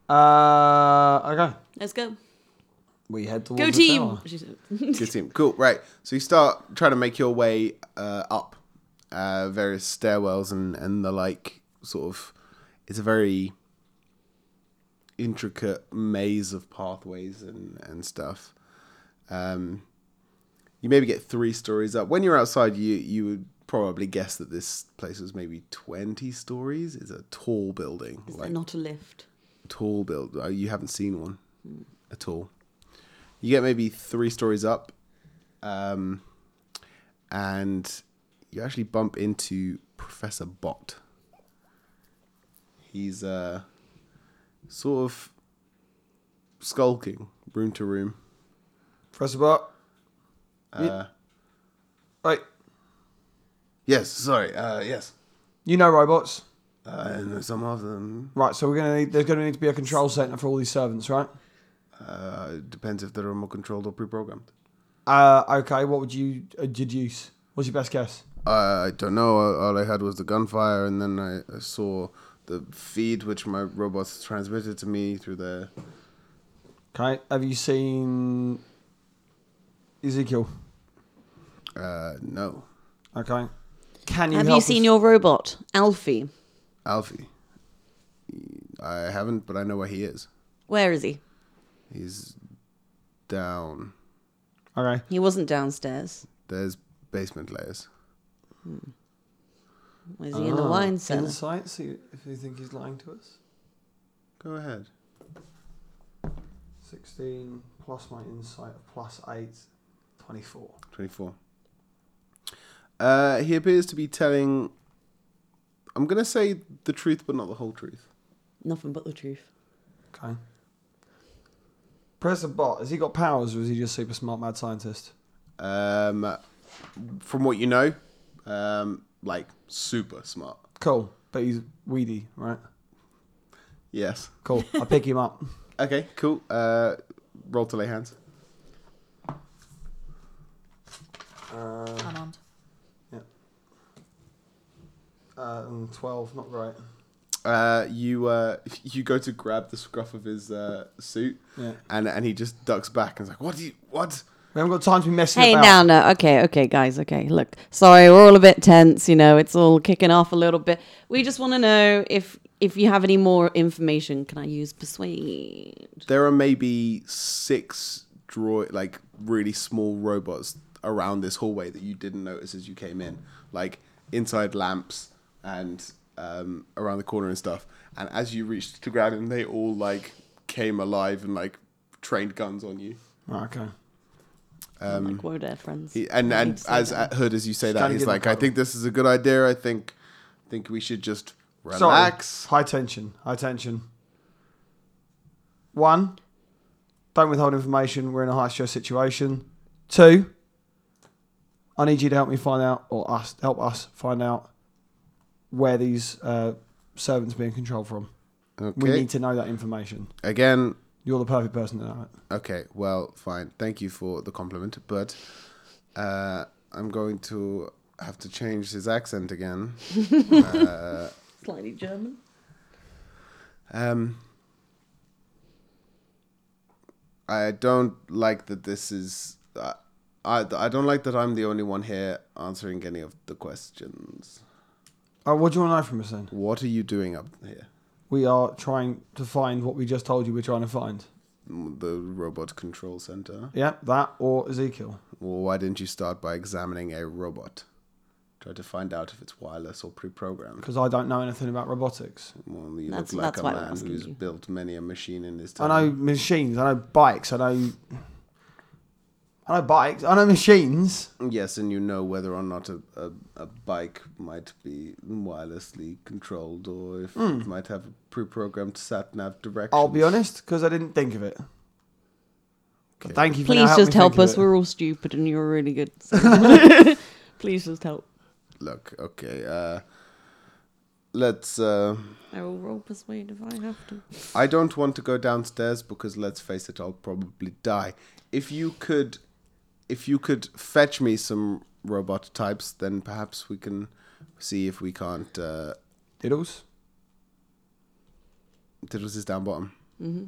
Speaker 4: Uh, okay.
Speaker 3: Let's go.
Speaker 4: We head towards
Speaker 3: Go
Speaker 4: the
Speaker 3: team.
Speaker 4: tower.
Speaker 3: She said.
Speaker 1: Good team. Cool. Right. So you start trying to make your way uh, up uh, various stairwells and, and the like. Sort of, it's a very intricate maze of pathways and and stuff. Um, you maybe get three stories up. When you're outside, you you would probably guess that this place was maybe twenty stories. It's a tall building,
Speaker 3: Is there
Speaker 1: like
Speaker 3: not a lift?
Speaker 1: tall build. oh, You haven't seen one at all. You get maybe three stories up, um, and you actually bump into Professor Bot. He's uh, sort of skulking room to room.
Speaker 4: Press the button.
Speaker 1: Uh,
Speaker 4: Wait.
Speaker 1: Yes, sorry. Uh, yes,
Speaker 4: You know robots.
Speaker 1: uh, and some of them
Speaker 4: Right, so we're gonna need, there's gonna need to be a control center for all these servants, right?
Speaker 1: uh, depends if they're remote controlled or pre-programmed.
Speaker 4: Uh, okay. What would you uh, deduce? What's your best guess?
Speaker 1: I I don't know. All all I had was the gunfire, and then I, I saw the feed which my robots transmitted to me through the.
Speaker 4: Okay. Have you seen Ezekiel?
Speaker 1: Uh, no,
Speaker 4: Okay. Can you
Speaker 3: Have
Speaker 4: help
Speaker 3: you
Speaker 4: us-
Speaker 3: seen your robot, Alfie?
Speaker 1: Alfie. I haven't, but I know where he is.
Speaker 3: Where is he?
Speaker 1: He's down.
Speaker 4: Okay.
Speaker 3: He wasn't downstairs.
Speaker 1: There's basement layers.
Speaker 3: Was he in
Speaker 4: Ah,
Speaker 3: the wine cellar?
Speaker 4: Insight. See Uh, if you think he's lying to us.
Speaker 1: Go ahead.
Speaker 4: Sixteen plus my insight of plus eight. 24.
Speaker 1: 24. Uh, he appears to be telling. I'm going to say the truth, but not the whole truth.
Speaker 3: Nothing but the truth.
Speaker 4: Okay. Professor Bot, has he got powers or is he just super smart mad scientist?
Speaker 1: Um, from what you know, um, like super smart.
Speaker 4: Cool. But he's weedy, right?
Speaker 1: Yes.
Speaker 4: Cool. I pick him up.
Speaker 1: Okay, cool. Uh, roll to lay hands.
Speaker 4: Uh,
Speaker 2: Unarmed.
Speaker 4: uh, and 12, not great.
Speaker 1: Uh, you uh, [laughs] you go to grab the scruff of his uh, suit,
Speaker 4: Yeah.
Speaker 1: and and he just ducks back and's like, "What do you what?"
Speaker 4: We haven't got time to be messing
Speaker 3: Hey,
Speaker 4: about.
Speaker 3: now, no. Okay, okay, guys, okay. Look, sorry, we're all a bit tense. You know, it's all kicking off a little bit. We just want to know if if you have any more information. Can I use persuade?
Speaker 1: There are maybe six droid, like really small robots around this hallway that you didn't notice as you came in, like inside lamps and um, around the corner and stuff. And as you reached to grab him, they all like came alive and like trained guns on you.
Speaker 4: Right, okay.
Speaker 3: Um, like, we're their friends.
Speaker 1: He, and
Speaker 3: I need
Speaker 1: and
Speaker 3: to say
Speaker 1: as uh,
Speaker 3: that.
Speaker 1: at Hood as you say that,
Speaker 4: trying to
Speaker 1: he's
Speaker 4: give him
Speaker 1: like, I
Speaker 4: cover.
Speaker 1: think this is a good idea. I think think we should just
Speaker 4: Sorry.
Speaker 1: relax.
Speaker 4: High tension. High tension. One, don't withhold information. We're in a high stress situation. Two, I need you to help me find out, or us help us find out where these uh, servants are being controlled from. We
Speaker 1: Okay.
Speaker 4: need to know that information.
Speaker 1: Again,
Speaker 4: You're the perfect person to know it.
Speaker 1: okay, well, fine. Thank you for the compliment, but uh, I'm going to have to change his accent again.
Speaker 3: slightly German.
Speaker 1: Um, I don't like that this is. Uh, I I don't like that I'm the only one here answering any of the questions.
Speaker 4: Uh, what do you want to know from us then?
Speaker 1: What are you doing up here?
Speaker 4: We are trying to find what we just told you we're trying to find.
Speaker 1: The robot control center.
Speaker 4: Yeah, that or Ezekiel.
Speaker 1: Well, why didn't you start by examining a robot? Tried to find out if it's wireless or pre-programmed.
Speaker 4: because I don't know anything about robotics.
Speaker 1: Well, you
Speaker 3: That's-
Speaker 1: look like
Speaker 3: that's
Speaker 1: a
Speaker 3: why I'm
Speaker 1: man
Speaker 3: asking
Speaker 1: who's
Speaker 3: you.
Speaker 1: built many a machine in his
Speaker 4: I
Speaker 1: time.
Speaker 4: know machines. I know bikes. I know. I know bikes. I know machines.
Speaker 1: Yes, and you know whether or not a, a, a bike might be wirelessly controlled or if it might have a pre-programmed sat nav direction.
Speaker 4: Hmm. I'll be honest, because I didn't think of it. But
Speaker 1: Okay.
Speaker 4: Thank you. for now
Speaker 3: Please just
Speaker 4: me think
Speaker 3: help
Speaker 4: of
Speaker 3: us.
Speaker 4: it.
Speaker 3: We're all stupid and you're really good. [laughs] so. Please just help.
Speaker 1: Look, okay. Uh, let's. Uh,
Speaker 3: I will roll persuade if I have to.
Speaker 1: I don't want to go downstairs because let's face it, I'll probably die. If you could, if you could fetch me some robot types, then perhaps we can see if we can't. Uh,
Speaker 4: Diddles.
Speaker 1: Tiddles is down bottom. Mm-hmm.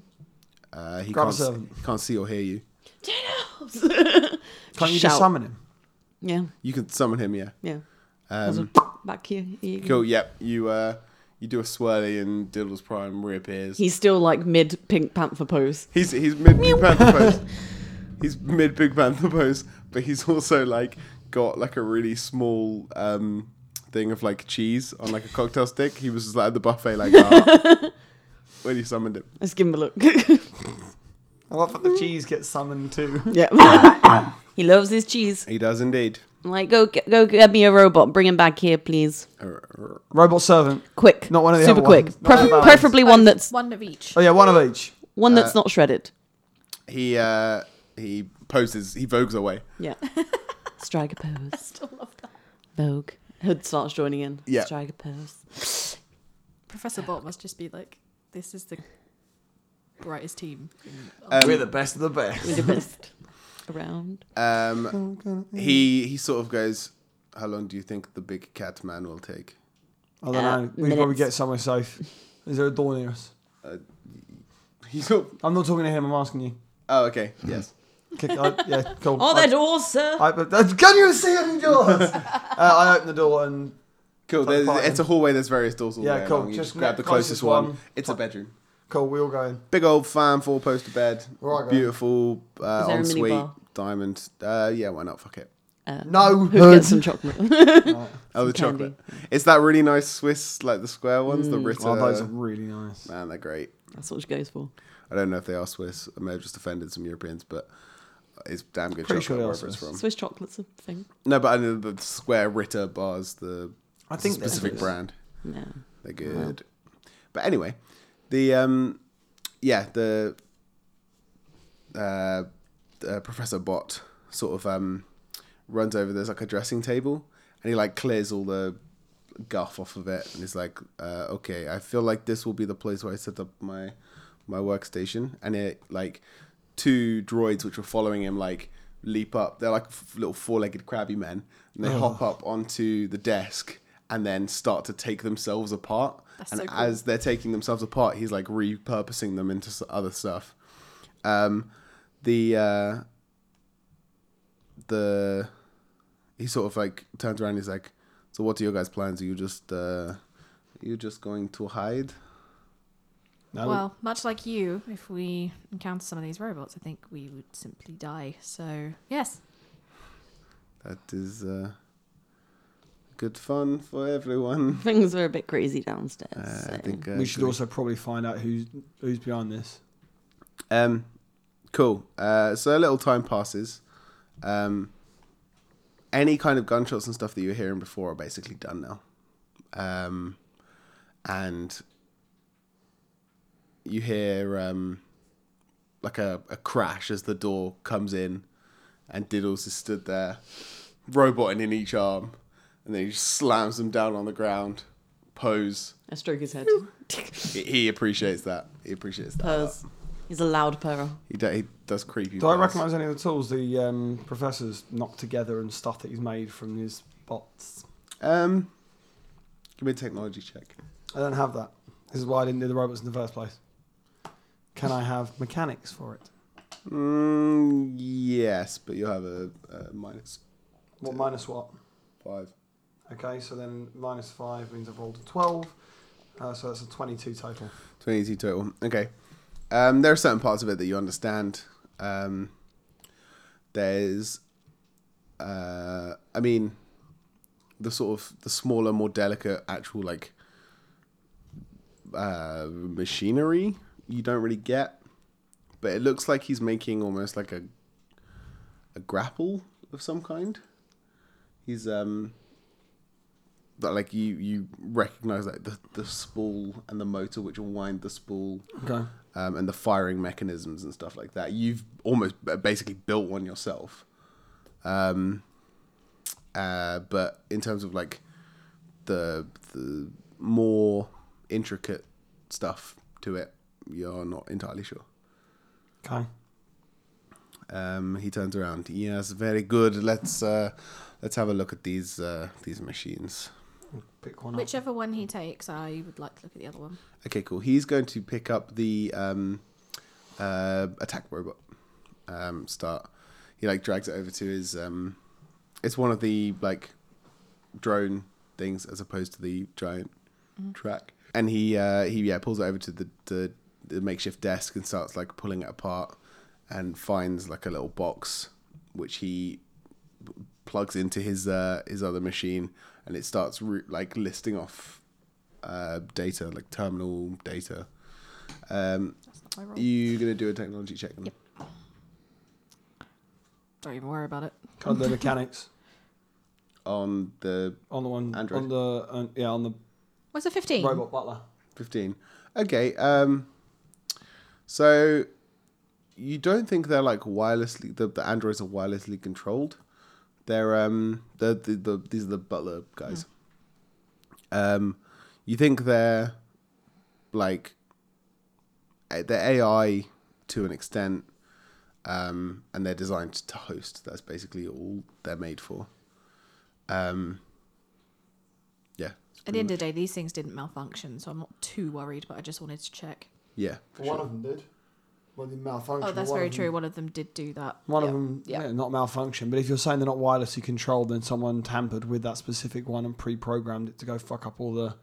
Speaker 1: Uh, he
Speaker 4: Grab a
Speaker 1: can't, s-
Speaker 4: servant.
Speaker 1: can't see or hear you.
Speaker 4: Can't you
Speaker 3: shout.
Speaker 4: just summon him?
Speaker 3: Yeah,
Speaker 1: You can summon him, yeah.
Speaker 3: yeah.
Speaker 1: Um,
Speaker 3: Also, [laughs] back here. here you go.
Speaker 1: cool. Yep. You uh, you do a swirly and Diddles Prime reappears.
Speaker 3: He's still like mid Pink Panther pose.
Speaker 1: He's he's mid Big Panther pose. He's mid Big Panther pose, but he's also like got like a really small um thing of like cheese on like a cocktail stick. He was just, like at the buffet like ah, when he summoned him.
Speaker 3: Let's give him a look. [laughs]
Speaker 4: I love that the cheese gets summoned too. [laughs]
Speaker 3: yeah. he loves his cheese.
Speaker 1: He does indeed.
Speaker 3: I'm like, go get, go get me a robot. Bring him back here, please.
Speaker 4: Robot servant.
Speaker 3: Quick.
Speaker 4: Not one of the
Speaker 3: Super
Speaker 4: other
Speaker 3: quick.
Speaker 4: ones. Not
Speaker 3: Prefer-
Speaker 4: one of the other
Speaker 3: preferably one
Speaker 2: Both.
Speaker 3: that's
Speaker 2: one of each.
Speaker 4: Oh yeah, one of each.
Speaker 3: one that's not shredded.
Speaker 1: He uh he poses. He vogues away.
Speaker 2: [laughs]
Speaker 3: Yeah. Strike a pose.
Speaker 2: Still love that.
Speaker 3: Vogue. Hood starts joining in.
Speaker 1: Yeah.
Speaker 3: Strike a pose.
Speaker 2: Professor Bot must just be like, this is the brightest team.
Speaker 1: Um,
Speaker 4: the best of the best.
Speaker 3: With the best
Speaker 1: [laughs]
Speaker 3: around.
Speaker 1: um he he sort of goes. How long do you think the big cat man will take? [laughs]
Speaker 4: I don't
Speaker 3: Uh,
Speaker 4: know. We could probably
Speaker 3: minutes.
Speaker 4: get somewhere safe. Is there a door near us?
Speaker 1: He sort. Of,
Speaker 4: I'm not talking to him. I'm asking you.
Speaker 1: oh, okay.
Speaker 4: [laughs]
Speaker 1: Yes.
Speaker 4: Kick, I, yeah,
Speaker 3: [laughs]
Speaker 4: cool.
Speaker 3: Are
Speaker 4: I-
Speaker 3: Oh, there doors, sir?
Speaker 4: I, but- uh, can you see any
Speaker 3: [laughs]
Speaker 4: doors? uh, I open the door and
Speaker 1: Cool.
Speaker 4: Fuck
Speaker 1: There's,
Speaker 4: apartment.
Speaker 1: it's a hallway. There's various doors all the
Speaker 4: Yeah,
Speaker 1: way
Speaker 4: cool.
Speaker 1: along. You just,
Speaker 4: Just
Speaker 1: grab
Speaker 4: ne-
Speaker 1: the closest,
Speaker 4: closest
Speaker 1: one.
Speaker 4: one.
Speaker 1: It's a bedroom.
Speaker 4: cool. We all go in.
Speaker 1: Big old fine four poster bed.
Speaker 4: Right, guys.
Speaker 1: Beautiful uh,
Speaker 3: Is there a
Speaker 1: ensuite
Speaker 3: minibar?
Speaker 1: diamond. Uh, yeah, why not? Fuck it.
Speaker 3: Uh,
Speaker 4: No.
Speaker 3: Who gets some chocolate? [laughs]
Speaker 1: Oh, the
Speaker 3: Some
Speaker 1: chocolate. It's that really nice Swiss, like the square ones,
Speaker 3: Mm.
Speaker 1: the Ritter.
Speaker 4: Oh, those are really nice.
Speaker 1: Man, they're great.
Speaker 3: That's what she goes for.
Speaker 1: I don't know if they are Swiss. I may have just offended some Europeans, but it's damn good chocolate
Speaker 4: Pretty sure they are
Speaker 1: wherever it's
Speaker 4: Swiss.
Speaker 1: from.
Speaker 3: Swiss chocolate's a thing.
Speaker 1: No, but I know the square Ritter bars, the
Speaker 4: I think they're
Speaker 1: specific
Speaker 4: Swiss.
Speaker 1: brand.
Speaker 3: No.
Speaker 1: They're good. But anyway, the um, yeah, the uh, uh, Professor Bot sort of um runs over. There's like a dressing table, and he like clears all the guff off of it, and he's like, uh, "Okay, I feel like this will be the place where I set up my my workstation." And it like two droids which were following him like leap up. They're like f- little four-legged crabby men, and they hop up onto the desk and then start to take themselves apart.
Speaker 2: That's
Speaker 1: and
Speaker 2: so cool.
Speaker 1: as they're taking themselves apart, he's like repurposing them into s- other stuff. Um, the uh, the he sort of like turns around. He's like, "So what are your guys' plans? Are you just uh, you just going to hide?"
Speaker 4: No.
Speaker 2: Well, much like you, if we encounter some of these robots, I think we would simply die. So, yes.
Speaker 1: That is uh, good fun for everyone.
Speaker 3: Things are a bit crazy downstairs.
Speaker 1: Uh, I
Speaker 3: so.
Speaker 1: think uh,
Speaker 4: we should also probably find out who's who's behind this.
Speaker 1: Um, cool. Uh, so a little time passes. Um, any kind of gunshots and stuff that you were hearing before are basically done now. Um, and you hear um, like a, a crash as the door comes in, and Diddles is stood there, roboting in each arm, and then he just slams them down on the ground. Pose.
Speaker 3: I stroke
Speaker 1: [laughs]
Speaker 3: his head.
Speaker 1: He- He appreciates that. He appreciates that.
Speaker 3: Purrs. He's a loud purr.
Speaker 1: He, do, he does creepy.
Speaker 4: Do I
Speaker 1: pose.
Speaker 4: recognise any of the tools the um, professor's knocked together and stuff that he's made from his bots?
Speaker 1: Um, give me a technology check.
Speaker 4: I don't have that. This is why I didn't do the robots in the first place. Can I have mechanics for it?
Speaker 1: Mm, yes, but you'll have a, a minus
Speaker 4: What minus what?
Speaker 1: five.
Speaker 4: Okay, so then minus five means I've rolled a twelve. Uh, so that's a twenty-two total.
Speaker 1: 22 total. Okay. Um, there are certain parts of it that you understand. Um, there's, uh, I mean, the sort of the smaller, more delicate actual like uh, machinery you don't really get, but it looks like he's making almost like a a grapple of some kind. He's um that like you you recognize like the the spool and the motor which wind the spool
Speaker 4: Okay.
Speaker 1: um, and the firing mechanisms and stuff like that. You've almost b- basically built one yourself. Um, uh, but in terms of like the the more intricate stuff to it, you're not entirely sure.
Speaker 4: Okay.
Speaker 1: Um, he turns around. Yes, very good. Let's uh, let's have a look at these uh, these machines.
Speaker 4: Pick
Speaker 1: Oh.
Speaker 4: one up.
Speaker 2: Whichever one he takes, I would like to look at the other one.
Speaker 1: Okay, cool. He's going to pick up the um, uh, attack robot. Um, start. He like drags it over to his. Um, it's one of the like drone things as opposed to the giant track. And he uh, he yeah pulls it over to the, the the makeshift desk and starts like pulling it apart and finds like a little box which he plugs into his uh, his other machine and it starts re- like listing off uh, data like terminal data. Um,
Speaker 2: That's not my role.
Speaker 1: you gonna do a technology check? then?
Speaker 2: Oh. Yep. Don't even worry about it.
Speaker 4: Code the mechanics
Speaker 1: On the
Speaker 4: on the one
Speaker 1: Android.
Speaker 4: on the on, yeah on the
Speaker 2: What's a 15?
Speaker 4: robot butler.
Speaker 1: 15 okay um so you don't think they're like wirelessly the, the androids are wirelessly controlled they're um the the, the these are the butler guys
Speaker 2: Hmm.
Speaker 1: um you think they're like a- they're ai to an extent um and they're designed to host that's basically all they're made for um yeah
Speaker 2: At the end of the day, these things didn't malfunction, so I'm not too worried, but I just wanted to check.
Speaker 1: yeah for
Speaker 5: One
Speaker 1: sure.
Speaker 5: of them did. Well, they malfunctioned.
Speaker 2: Oh, that's
Speaker 5: one
Speaker 2: very
Speaker 5: of
Speaker 2: true.
Speaker 5: them-
Speaker 2: One of them did do that.
Speaker 4: One
Speaker 2: Yeah.
Speaker 4: of them,
Speaker 2: Yeah.
Speaker 4: yeah, not malfunction. But if you're saying they're not wirelessly controlled, then someone tampered with that specific one and pre-programmed it to go fuck up all the.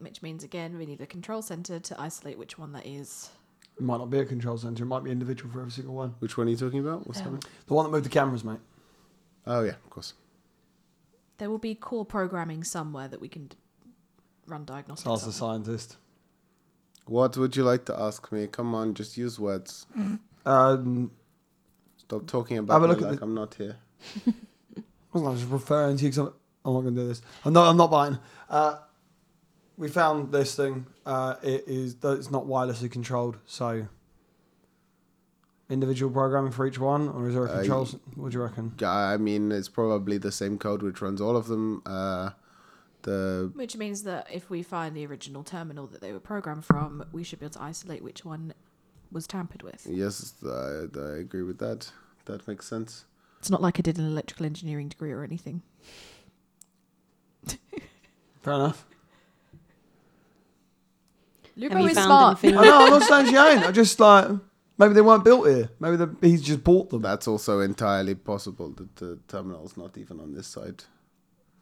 Speaker 2: Which means, again, we need a control center to isolate which one that is.
Speaker 4: It might not be a control center. It might be individual for every single one.
Speaker 1: Which one are you talking about? What's
Speaker 2: Um,
Speaker 1: happening?
Speaker 4: The one that moved the cameras, mate.
Speaker 1: Oh yeah, of course.
Speaker 2: There will be core programming somewhere that we can d- run diagnostics
Speaker 4: So I was the
Speaker 2: on.
Speaker 4: scientist.
Speaker 1: What would you like to ask me? Come on, just use words.
Speaker 4: Um,
Speaker 1: Stop talking about
Speaker 4: Have a
Speaker 1: me
Speaker 4: look at
Speaker 1: like
Speaker 4: the-
Speaker 1: I'm not here.
Speaker 4: I was just referring to you 'cause I'm, I'm not going to do this. I'm not. I'm not buying. Uh, we found this thing. Uh, it is. though It's not wirelessly controlled. So, individual programming for each one, or is there a
Speaker 1: Uh,
Speaker 4: control? s- what do you reckon?
Speaker 1: Yeah, I mean, it's probably the same code which runs all of them. Uh, the
Speaker 2: Which means that if we find the original terminal that they were programmed from, we should be able to isolate which one was tampered with.
Speaker 1: yes, I, I agree with that. That makes sense.
Speaker 2: It's not like I did an electrical engineering degree or anything.
Speaker 4: Fair enough. [laughs]
Speaker 2: Lupo
Speaker 3: Have you
Speaker 2: is
Speaker 3: found
Speaker 2: smart.
Speaker 4: I
Speaker 3: anything?
Speaker 4: know. I'm not saying she ain't. I just like maybe they weren't built here. Maybe they, he's just bought them.
Speaker 1: That's also entirely possible that the terminal's not even on this side.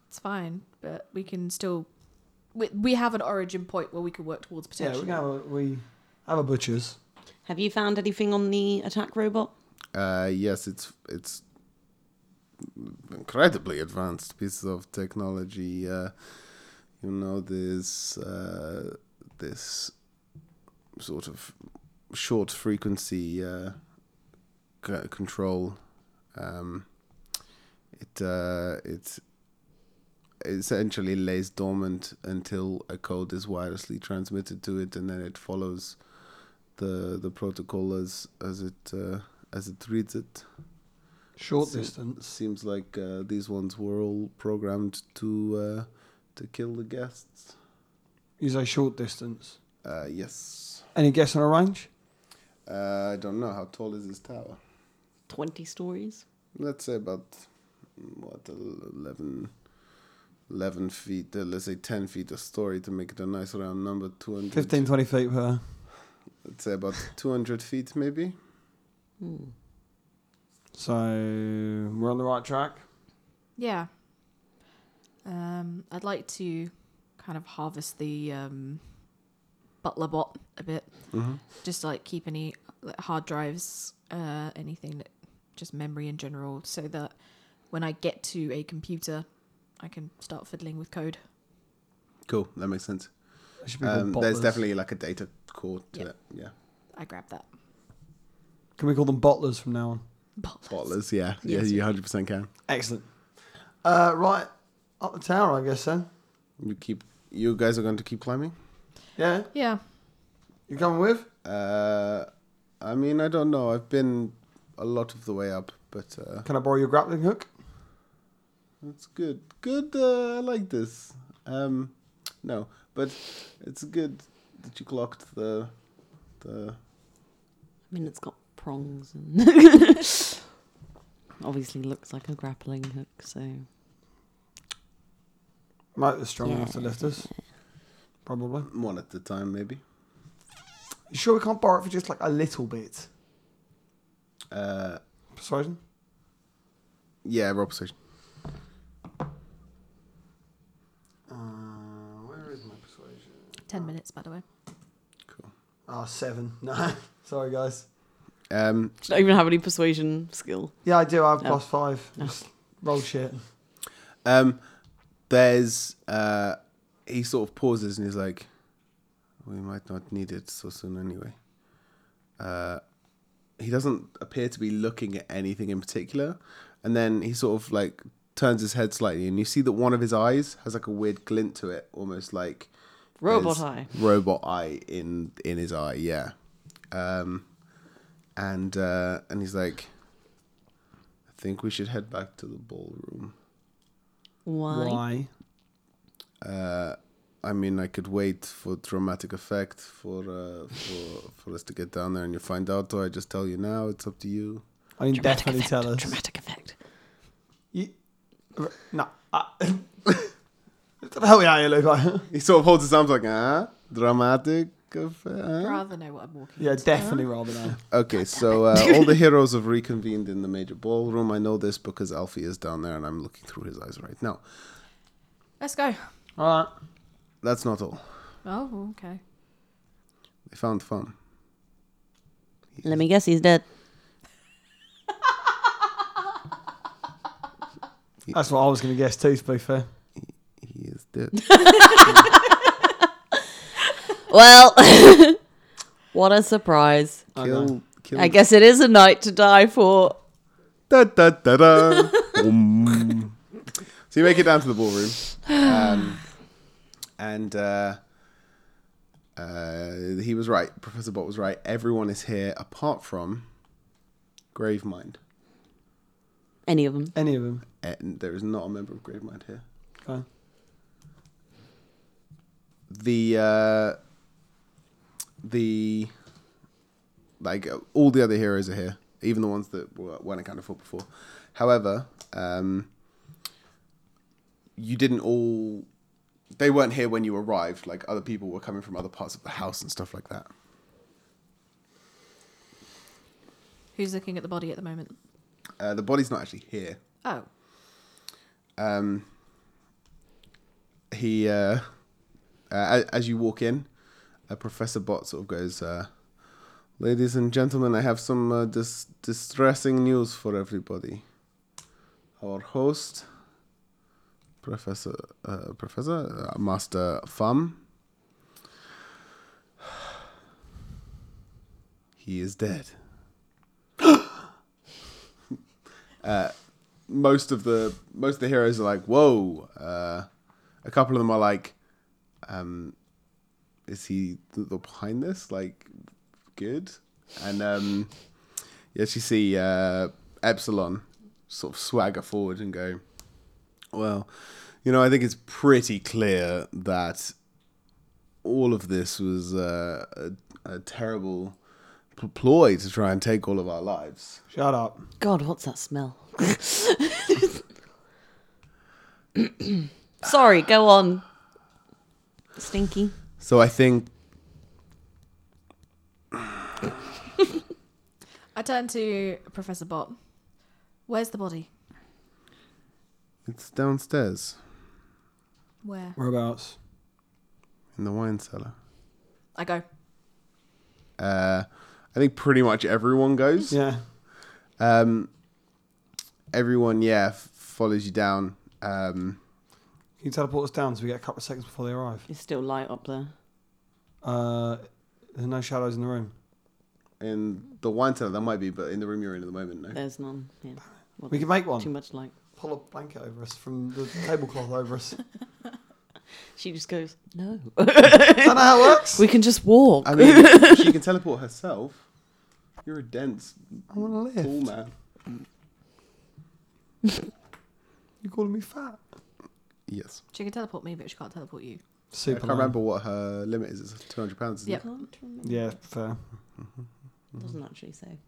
Speaker 2: It's fine, but we can still. We, we have an origin point where we can work towards
Speaker 4: Yeah,
Speaker 2: potential.
Speaker 4: we have a, we have a butcher's.
Speaker 3: Have you found anything on the attack robot?
Speaker 1: Uh, yes, it's it's incredibly advanced piece of technology. Uh, you know this uh, this sort of short frequency uh, c- control. Um, it uh, it essentially lays dormant until a code is wirelessly transmitted to it, and then it follows the the protocol as as it uh, as it reads it.
Speaker 4: Short
Speaker 1: So-
Speaker 4: distance.
Speaker 1: Seems like uh, these ones were all programmed to uh, to kill the guests.
Speaker 4: You say short distance.
Speaker 1: Uh, yes.
Speaker 4: Any guess on a range?
Speaker 1: Uh, I don't know how tall is this tower.
Speaker 3: 20 stories.
Speaker 1: Let's say about mm, what 11, 11 feet. Uh, let's say ten feet a story to make it a nice round number. Two hundred.
Speaker 4: 15, 20 feet per.
Speaker 1: Let's say about [laughs] two hundred feet, maybe.
Speaker 3: Hmm.
Speaker 4: So we're on the right track.
Speaker 2: Yeah. Um, I'd like to kind of harvest the um, butler bot a bit,
Speaker 1: Mm-hmm.
Speaker 2: just to, like keep any like, hard drives, uh, anything that just memory in general, so that when I get to a computer, I can start fiddling with code.
Speaker 1: Cool, that makes sense.
Speaker 4: It should be called
Speaker 1: Um, there's
Speaker 4: bottlers.
Speaker 1: definitely like a data core to
Speaker 2: Yeah.
Speaker 1: it. Yeah,
Speaker 2: I grab that. [laughs]
Speaker 4: Can we call them bottlers from now on?
Speaker 1: bottlers. Yeah, yeah,
Speaker 3: Yes.
Speaker 1: you 100 percent can.
Speaker 4: Excellent. Uh, right up the tower, I guess then.
Speaker 1: You keep. You guys are going to keep climbing.
Speaker 4: Yeah,
Speaker 2: Yeah.
Speaker 4: you coming with?
Speaker 1: Uh, I mean, I don't know. I've been a lot of the way up, but uh,
Speaker 4: Can I borrow your grappling hook?
Speaker 1: it's good. Good. Uh, I like this. Um, no, but it's good that you clocked the the
Speaker 3: I mean, it's got prongs and [laughs] obviously looks like a grappling hook. So
Speaker 4: Might be strong enough to lift us. Probably.
Speaker 1: one at the time, maybe.
Speaker 4: You sure we can't borrow it for just like a little bit?
Speaker 1: Uh,
Speaker 4: Persuasion.
Speaker 1: yeah, roll persuasion.
Speaker 4: Uh, where is my persuasion?
Speaker 2: Ten minutes, by the way.
Speaker 1: Cool.
Speaker 4: Ah, seven. [laughs] No, sorry guys.
Speaker 1: Um,
Speaker 3: do you not even have any persuasion skill?
Speaker 4: Yeah, I do. I have
Speaker 3: No.
Speaker 4: plus five. Just roll shit.
Speaker 1: Um, there's uh, he sort of pauses and he's like, "We might not need it so soon anyway." Uh, he doesn't appear to be looking at anything in particular, and then he sort of like turns his head slightly, and you see that one of his eyes has like a weird glint to it, almost like
Speaker 3: Robot
Speaker 1: there's
Speaker 3: eye.
Speaker 1: robot eye in in his eye, yeah. Um, and uh, and he's like, "I think we should head back to the ballroom."
Speaker 3: Why?
Speaker 1: Uh, I mean, I could wait for dramatic effect for uh, for for us to get down there and you find out, or I just tell you now. It's up to you. [laughs]
Speaker 4: I mean,
Speaker 3: Dramatic
Speaker 4: definitely
Speaker 3: effect,
Speaker 4: tell us.
Speaker 3: Dramatic effect.
Speaker 4: You, no. I, [laughs] What the hell are you, Lupo?
Speaker 1: He sort of holds his arms like, ah, dramatic effect.
Speaker 2: I'd
Speaker 1: huh?"
Speaker 2: rather know what I'm walking.
Speaker 4: yeah,
Speaker 2: into.
Speaker 4: definitely roll the nine.
Speaker 1: Okay, so uh, all
Speaker 3: [laughs]
Speaker 1: the heroes have reconvened in the major ballroom. I know this because Alfie is down there, and I'm looking through his eyes right now.
Speaker 2: Let's go.
Speaker 4: All right.
Speaker 1: That's not all.
Speaker 2: Oh, okay.
Speaker 1: They found fun.
Speaker 3: Let me guess, he's dead.
Speaker 4: That's what I was going to guess too. To be fair.
Speaker 1: He is
Speaker 3: [laughs]
Speaker 1: dead.
Speaker 3: Well, [laughs] what a surprise!
Speaker 4: I
Speaker 1: Kill. Kill.
Speaker 3: Oh,
Speaker 4: Mm.
Speaker 3: I guess it is a night to die for.
Speaker 1: Da, da, da, da. Boom. so you make it down to the ballroom, um, and uh, uh, he was right. Professor Bot was right. Everyone is here apart from Gravemind,
Speaker 3: Any of them.
Speaker 4: Any of them.
Speaker 1: and there is not a member of Gravemind here.
Speaker 4: Okay.
Speaker 1: The uh, the like uh, all the other heroes are here, even the ones that were, weren't accounted for before. However, um, you didn't all. They weren't here when you arrived. Like other people were coming from other parts of the house and stuff like that.
Speaker 2: Who's looking at the body at the moment?
Speaker 1: Uh, the body's not actually here.
Speaker 2: Oh,
Speaker 1: Um, he, uh, uh, a- as you walk in, uh, Professor Bot sort of goes, uh, "Ladies and gentlemen, I have some uh, dis- distressing news for everybody. Our host, Professor uh, Professor uh, Master Pham, [sighs] he is dead." most of the most of the heroes are like, "Whoa!" Uh, a couple of them are like, um, "Is he th- the behind this? Like, good?" And um, yes, you see uh, Epsilon sort of swagger forward and go, "Well, you know, I think it's pretty clear that all of this was uh, a, a terrible." pl- ploy to try and take all of our lives
Speaker 4: Shut up.
Speaker 3: God, what's that smell? [laughs] Sorry, go on. Stinky.
Speaker 1: so i think
Speaker 2: I turn to Professor Bot. Where's the body?
Speaker 1: it's downstairs
Speaker 2: Where?
Speaker 4: Whereabouts?
Speaker 1: in the wine cellar.
Speaker 2: I go.
Speaker 1: Uh, I think pretty much everyone goes.
Speaker 4: Yeah.
Speaker 1: Um, everyone, yeah, f- follows you down. Um,
Speaker 4: Can you teleport us down so we get a couple of seconds before they arrive?
Speaker 3: It's still light up there.
Speaker 4: Uh, there's no shadows in the room.
Speaker 1: In the wine cellar, there might be, but in the room you're in at the moment, no.
Speaker 3: There's none. Yeah. Well,
Speaker 4: We can make
Speaker 3: too
Speaker 4: one.
Speaker 3: much light.
Speaker 4: Pull a blanket over us from the tablecloth over us. [laughs] Is
Speaker 3: She just goes,
Speaker 4: [laughs]
Speaker 3: no.
Speaker 4: that how it works?
Speaker 3: we can just walk.
Speaker 1: I
Speaker 2: [laughs]
Speaker 1: mean, she can teleport herself. You're a dense,
Speaker 4: I want to
Speaker 1: tall
Speaker 4: live.
Speaker 1: man.
Speaker 4: You're calling me fat.
Speaker 1: Yes.
Speaker 2: She can teleport me, but she can't teleport you.
Speaker 1: I
Speaker 4: Super.
Speaker 1: can't
Speaker 4: lame.
Speaker 1: remember what her limit is. It's 200 pounds. isn't
Speaker 2: Yep.
Speaker 1: it?
Speaker 3: Can't remember.
Speaker 4: Yeah, fair.
Speaker 3: Doesn't actually say.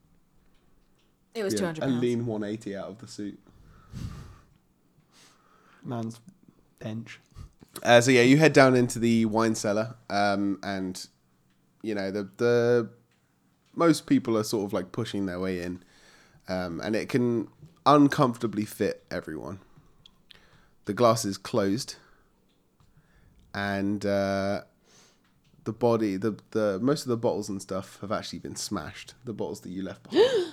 Speaker 2: It was
Speaker 1: Yeah,
Speaker 2: two hundred
Speaker 1: A
Speaker 2: pounds.
Speaker 1: lean 180 out of the suit.
Speaker 4: Man's bench.
Speaker 1: Uh, so yeah, you head down into the wine cellar, um, and you know the the most people are sort of like pushing their way in, um, and it can uncomfortably fit everyone. The glass is closed, and uh, the body, the the most of the bottles and stuff have actually been smashed. The bottles that you left behind.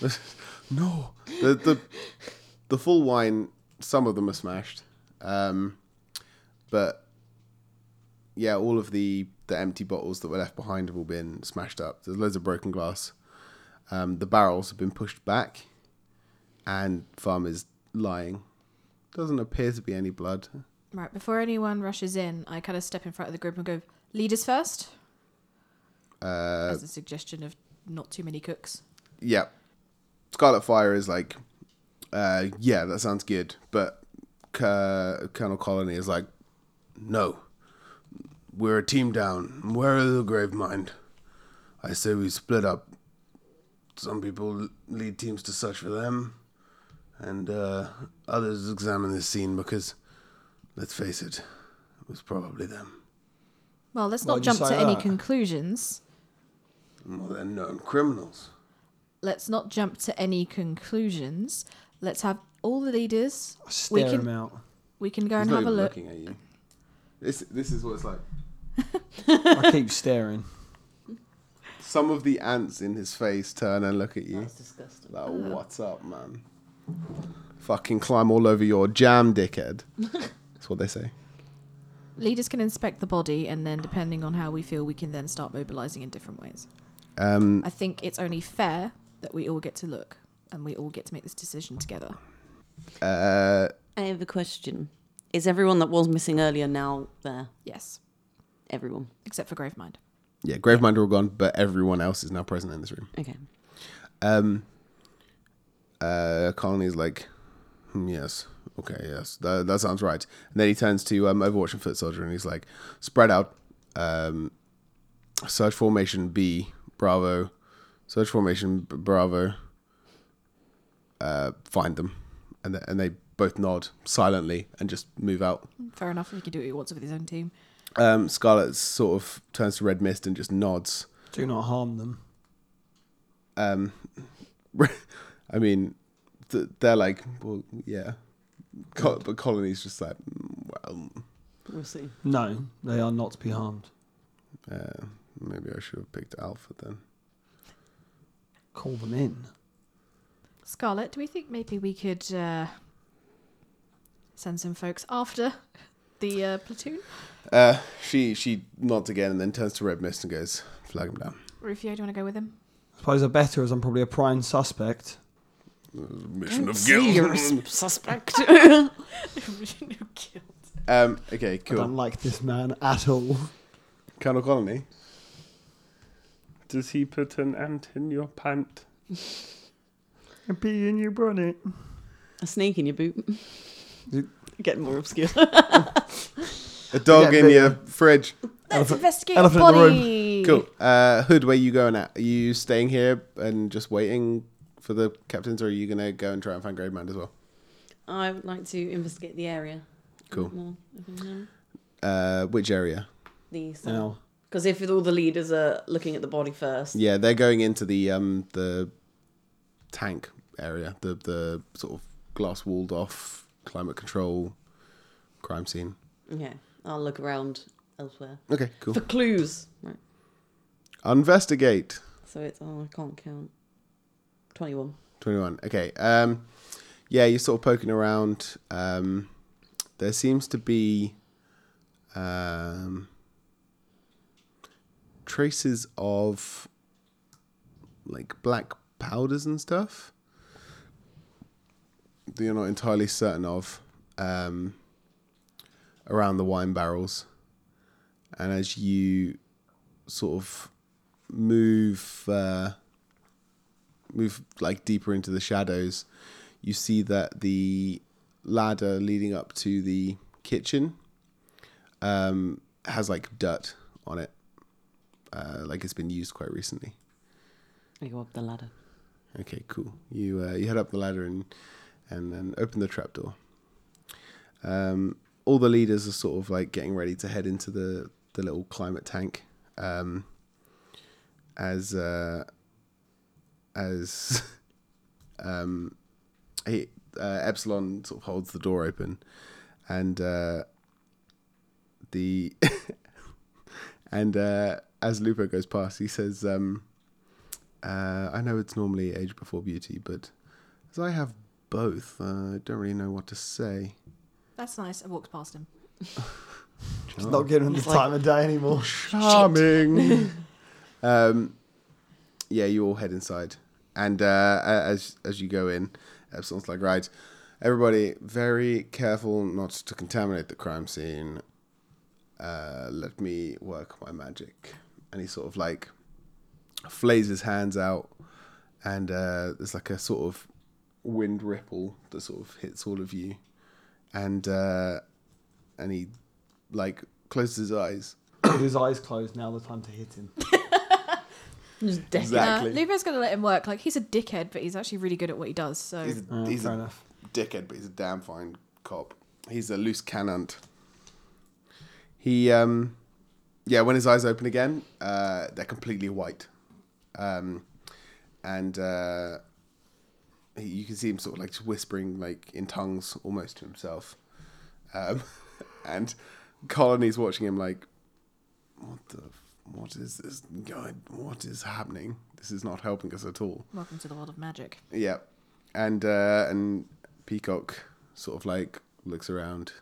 Speaker 1: [laughs] no, the the the full wine. Some of them are smashed. Um, but yeah, all of the the empty bottles that were left behind have all been smashed up. There's loads of broken glass. Um, the barrels have been pushed back, and Farm is lying. Doesn't appear to be any blood.
Speaker 2: Right, before anyone rushes in, I kind of step in front of the group and go, leaders first,
Speaker 1: Uh,
Speaker 2: as a suggestion of not too many cooks.
Speaker 1: yeah, Scarlet Fire is like, uh, yeah, that sounds good, but uh, Colonel Colony is like, no, we're a team down. Where are the grave mind? I say we split up. Some people lead teams to search for them, and uh, others examine this scene because, let's face it, it was probably them.
Speaker 2: Well, let's
Speaker 4: Why'd
Speaker 2: not
Speaker 4: you
Speaker 2: jump to
Speaker 4: say
Speaker 2: any
Speaker 4: that?
Speaker 2: conclusions.
Speaker 1: Well, they're known criminals.
Speaker 2: Let's not jump to any conclusions. Let's have all the leaders.
Speaker 4: I
Speaker 2: We
Speaker 4: Stare
Speaker 2: can
Speaker 4: him out.
Speaker 2: we can go
Speaker 1: He's
Speaker 2: and
Speaker 1: not
Speaker 2: have a
Speaker 1: even
Speaker 2: look.
Speaker 1: looking at you. This this is what it's like.
Speaker 4: I keep staring.
Speaker 1: Some of the ants in his face turn and look at you.
Speaker 3: That's disgusting.
Speaker 1: Like, what's up, man? Fucking climb all over your jam, dickhead. That's what they say.
Speaker 2: Leaders can inspect the body, and then depending on how we feel, we can then start mobilizing in different ways.
Speaker 1: Um,
Speaker 2: I think it's only fair that we all get to look and we all get to make this decision together.
Speaker 1: uh,
Speaker 3: I have a question. Is everyone that was missing earlier now there?
Speaker 2: Yes,
Speaker 3: Everyone.
Speaker 2: except for Gravemind.
Speaker 1: yeah, Gravemind are all gone, but everyone else is now present in this room.
Speaker 3: Okay.
Speaker 1: Um, uh, Colony's like, "Hmm, yes, okay, yes, that, that sounds right. And then he turns to um, Overwatch and Foot Soldier and he's like, spread out, um, search formation B, Bravo, search formation B- Bravo, uh, find them. And, th- and they both nod silently and just move out.
Speaker 2: Fair enough. He can do what he wants with his own team.
Speaker 1: Um, Scarlet sort of turns to Red Mist and just nods. [laughs]
Speaker 4: Do not harm them.
Speaker 1: um i mean th- they're like well yeah Co- but colony's just like "Mm, well
Speaker 3: We'll [laughs] see.
Speaker 4: No, they are not to be harmed.
Speaker 1: uh, maybe i should have picked alpha then
Speaker 4: Call them in.
Speaker 2: Scarlet, do we think maybe we could uh, send some folks after [laughs] the uh, platoon?
Speaker 1: uh she she nods again and then turns to red mist and goes flag him down
Speaker 2: Rufio, do you want to go with him?
Speaker 4: I suppose I better as I'm probably a prime suspect.
Speaker 1: mission
Speaker 3: Don't
Speaker 1: of
Speaker 3: say you're a
Speaker 1: guilt
Speaker 3: s- [laughs] suspect.
Speaker 1: um okay
Speaker 4: I don't
Speaker 1: cool
Speaker 4: like this man at all.
Speaker 1: colonel colony
Speaker 6: Does he put an ant in your pant?
Speaker 4: A pee in your bonnet.
Speaker 3: a snake in your boot.
Speaker 4: You-
Speaker 3: [laughs] Getting more obscure.
Speaker 1: a dog
Speaker 4: Yeah,
Speaker 1: in
Speaker 4: but-
Speaker 1: your fridge
Speaker 2: Let's investigate the
Speaker 4: elephant in the room.
Speaker 2: body.
Speaker 1: cool uh hood where you going at are you staying here and just waiting for the captains or are you gonna go and try and find grave mind as well
Speaker 3: [laughs] I would like to investigate the area. a
Speaker 1: Cool.
Speaker 3: bit more, if I can.
Speaker 1: uh which area
Speaker 3: The
Speaker 4: Now,
Speaker 3: Because if all the leaders are looking at the body first,
Speaker 1: Yeah, they're going into the um the tank area, the the sort of glass walled off climate control crime scene.
Speaker 3: okay, I'll look around elsewhere
Speaker 1: Okay, cool.
Speaker 3: for clues. Right.
Speaker 1: Investigate.
Speaker 3: So it's oh, I can't count. Twenty-one.
Speaker 1: 21. Okay. Um yeah, you're sort of poking around. Um There seems to be um, traces of like black powders and stuff that you're not entirely certain of um, around the wine barrels. And as you sort of move uh, move like deeper into the shadows, you see that the ladder leading up to the kitchen um, has like dirt on it, uh, like it's been used quite recently.
Speaker 3: I go up the ladder.
Speaker 1: Okay, cool. You uh, you head up the ladder and and then open the trapdoor. Um, all the leaders are sort of like getting ready to head into the the little climate tank. Um, as uh, as [laughs] um, he, uh, Epsilon sort of holds the door open, and uh, the [laughs] and uh, as Lupo goes past, he says, um, uh, "I know it's normally age before beauty, but as I have both, uh, I don't really know what to say."
Speaker 2: That's nice. I walked past him.
Speaker 4: He's not giving him the
Speaker 3: He's like-
Speaker 4: time of day anymore.
Speaker 1: charming. um, yeah, you all head inside, and uh, a- as as you go in, Epsilon's like, right, everybody, very careful not to contaminate the crime scene. Uh, let me work my magic, and he sort of like flays his hands out, and uh, there's like a sort of wind ripple that sort of hits all of you, and uh, and he like closes his eyes
Speaker 4: With [coughs] his eyes closed, now the time to hit him.
Speaker 3: Just
Speaker 1: Exactly.
Speaker 2: Uh, Lupo's gonna let him work. Like he's a dickhead, but he's actually really good at what he does. So
Speaker 1: he's a,
Speaker 4: Uh,
Speaker 1: he's
Speaker 4: fair
Speaker 1: a
Speaker 4: enough.
Speaker 1: dickhead, but he's a damn fine cop. He's a loose cannon. He, um, yeah, when his eyes open again, uh, they're completely white. Um, and uh, he, you can see him sort of like whispering, like in tongues almost to himself. Um, [laughs] and Colony's watching him, like, what the, f- what is this guy, what is happening? This is not helping us at all.
Speaker 2: welcome to the world of magic.
Speaker 1: Yeah, and uh, and Peacock sort of like looks around,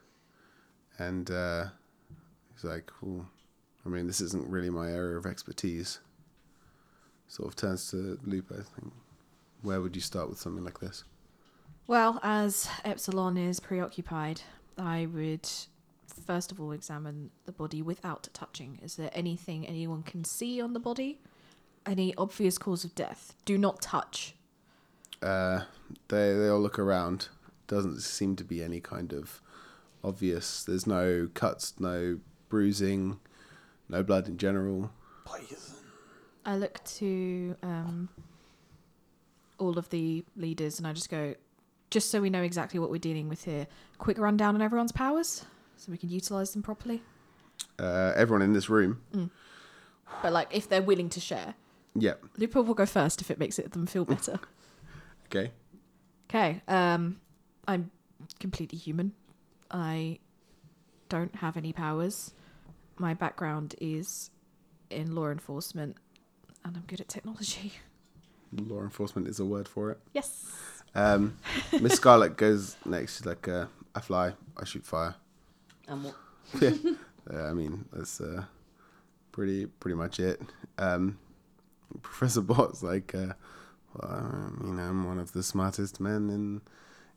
Speaker 1: and uh, he's like, "Ooh, I mean, this isn't really my area of expertise." Sort of turns to Lupo. I think, where would you start with something like this?
Speaker 2: Well, as Epsilon is preoccupied, I would first of all examine the body without touching. Is there anything anyone can see on the body? Any obvious cause of death? Do not touch.
Speaker 1: Uh, they they all look around. Doesn't seem to be any kind of obvious. There's no cuts, no bruising, no blood in general.
Speaker 4: Please.
Speaker 2: I look to um, all of the leaders and I just go, just so we know exactly what we're dealing with here, quick rundown on everyone's powers so we can utilize them properly.
Speaker 1: Uh, everyone in this room.
Speaker 2: But like if they're willing to share.
Speaker 1: Yep.
Speaker 2: Lupo will go first if it makes it them feel better.
Speaker 1: Okay.
Speaker 2: Okay. Um, I'm completely human. I don't have any powers. My background is in law enforcement, and I'm good at technology. [laughs]
Speaker 1: Law enforcement is a word for it.
Speaker 2: Yes.
Speaker 1: Um, Miss Scarlet goes next. She's like, uh, I fly, I shoot fire.
Speaker 3: And what?
Speaker 1: [laughs] yeah, Uh, I mean that's uh, pretty pretty much it. Um, Professor Bot's like, uh, well, I mean, I'm one of the smartest men in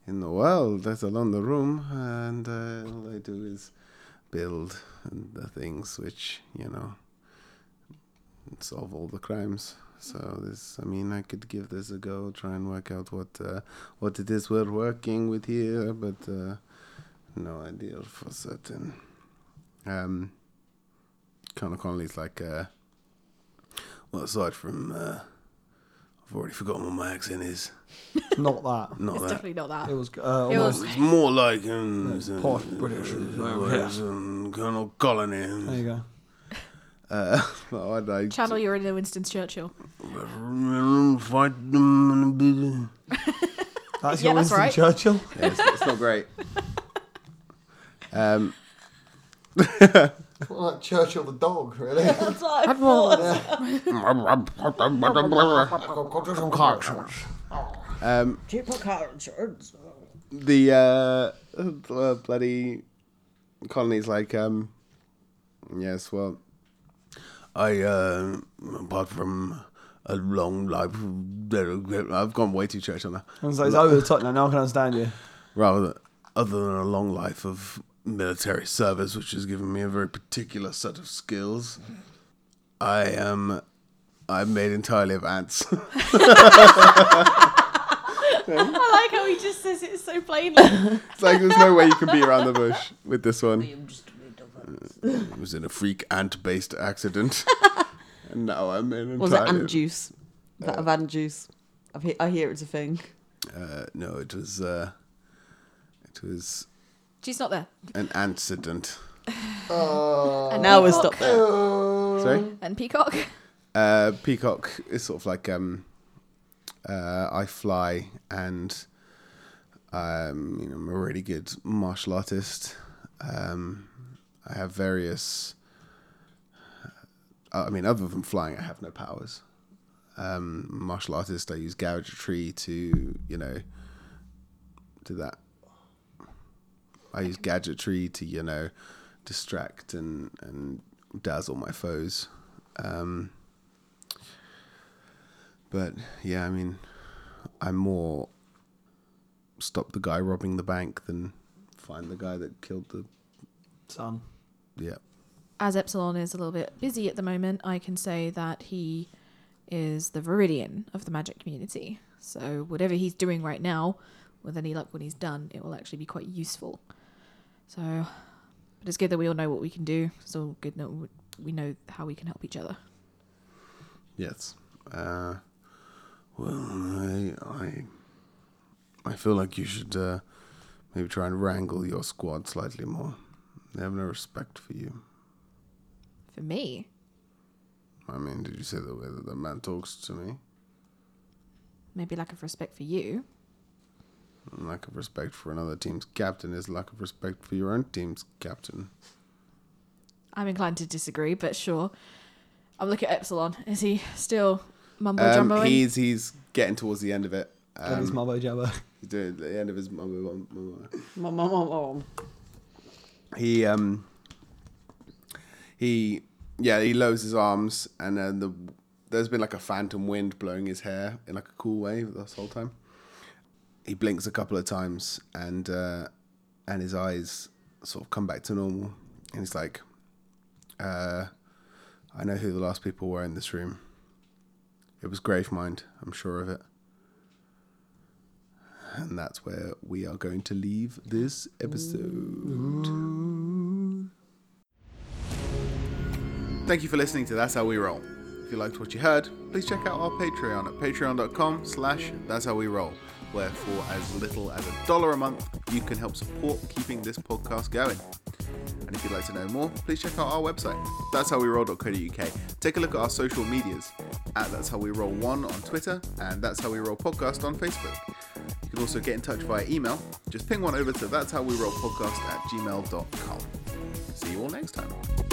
Speaker 1: in the world, let alone the room, and uh, all I do is build the things which you know solve all the crimes. So this, I mean, I could give this a go, try and work out what uh, what it is we're working with here, but uh, no idea for certain. Um, Connor Connolly's like, uh, well, aside from, uh, I've already forgotten what my accent is.
Speaker 4: Not that.
Speaker 1: Not
Speaker 2: it's
Speaker 1: Oh, that.
Speaker 2: definitely not that.
Speaker 4: It was uh,
Speaker 2: It
Speaker 4: almost.
Speaker 1: It's more like um,
Speaker 4: It's posh British.
Speaker 1: whereas, um, Colonel
Speaker 4: There
Speaker 1: Colony.
Speaker 4: you go.
Speaker 1: Uh, [laughs] well, I'd like
Speaker 2: Channel your inner Winston Churchill.
Speaker 1: to fight them and be-
Speaker 4: That's
Speaker 2: Yeah, that's
Speaker 4: your Winston
Speaker 2: right.
Speaker 4: Churchill. [laughs]
Speaker 1: Yeah, it's, it's not great. Um,
Speaker 5: Well, like Churchill the dog, really.
Speaker 3: That's what I thought.
Speaker 1: um, the oh, uh, uh, bloody Conley's like, um, yes, well, I, uh, apart from a long life, I've gone way too church on that.
Speaker 4: And so it's over the top now. No one can understand you.
Speaker 1: rather other than a long life of military service, which has given me a very particular set of skills. I am I'm made entirely of ants.
Speaker 2: [laughs]
Speaker 1: [laughs]
Speaker 2: I like how he just says it so plainly.
Speaker 1: it's like there's no way you can be around the bush with this one.
Speaker 3: I'm just
Speaker 1: It was in a freak ant based
Speaker 3: [laughs]
Speaker 1: accident. and now I'm in
Speaker 3: was it
Speaker 1: entirely
Speaker 3: ant juice? That of ant juice. I've he- I hear it's a thing.
Speaker 1: uh, no, it was uh, it was
Speaker 2: She's not there.
Speaker 1: an accident.
Speaker 5: Oh.
Speaker 2: And
Speaker 3: now we'll
Speaker 2: Peacock-
Speaker 3: stop there.
Speaker 1: Sorry?
Speaker 2: And Peacock. [laughs]
Speaker 1: Uh, Peacock is sort of like um, uh, I fly and um, you know, I'm a really good martial artist. Um, I have various. uh, I mean, other than flying, I have no powers. Um, martial artist, I use gadgetry to you know do that. I use gadgetry to you know distract and and dazzle my foes. Um, but yeah, I mean, I'm more stop the guy robbing the bank than find the guy that killed the
Speaker 4: Son.
Speaker 1: yeah.
Speaker 2: As Epsilon is a little bit busy at the moment, I can say that he is the Viridian of the magic community. So whatever he's doing right now, with any luck when he's done, it will actually be quite useful. So, but it's good that we all know what we can do. It's all good that we- we know how we can help each other.
Speaker 1: Yes. Uh, well, I, I, I feel like you should uh, maybe try and wrangle your squad slightly more. They have no respect for you.
Speaker 2: For me,
Speaker 1: I mean, did you say the way that the man talks to me?
Speaker 2: maybe lack of respect for you.
Speaker 1: Lack of respect for another team's captain is lack of respect for your own team's captain.
Speaker 2: I'm inclined to disagree, but sure. I'm looking at Epsilon. Is he still mumbo
Speaker 1: Um,
Speaker 2: jumboing?
Speaker 1: he's he's getting towards the end of it.
Speaker 4: That is
Speaker 1: Um,
Speaker 4: Mumbo Jabba.
Speaker 1: He's doing the end of his mumble mumble.
Speaker 3: Mom, mom, mom, mom.
Speaker 1: He um he yeah, he lowers his arms and then the there's been like a phantom wind blowing his hair in like a cool way this whole time. He blinks a couple of times and uh and his eyes sort of come back to normal and he's like uh I know who the last people were in this room. It was Gravemind, I'm sure of it. And that's where we are going to leave this episode. Thank you for listening to That's How We Roll. If you liked what you heard, please check out our Patreon at patreon.com slash that's how we roll, where for as little as a dollar a month, you can help support keeping this podcast going. And if you'd like to know more, please check out our website. That's how we roll.co.uk. Take a look at our social medias at That's How We Roll One on Twitter and That's How We Roll Podcast on Facebook. You can also get in touch via email. Just ping one over to That's How We Roll Podcast at gmail.com. See you all next time.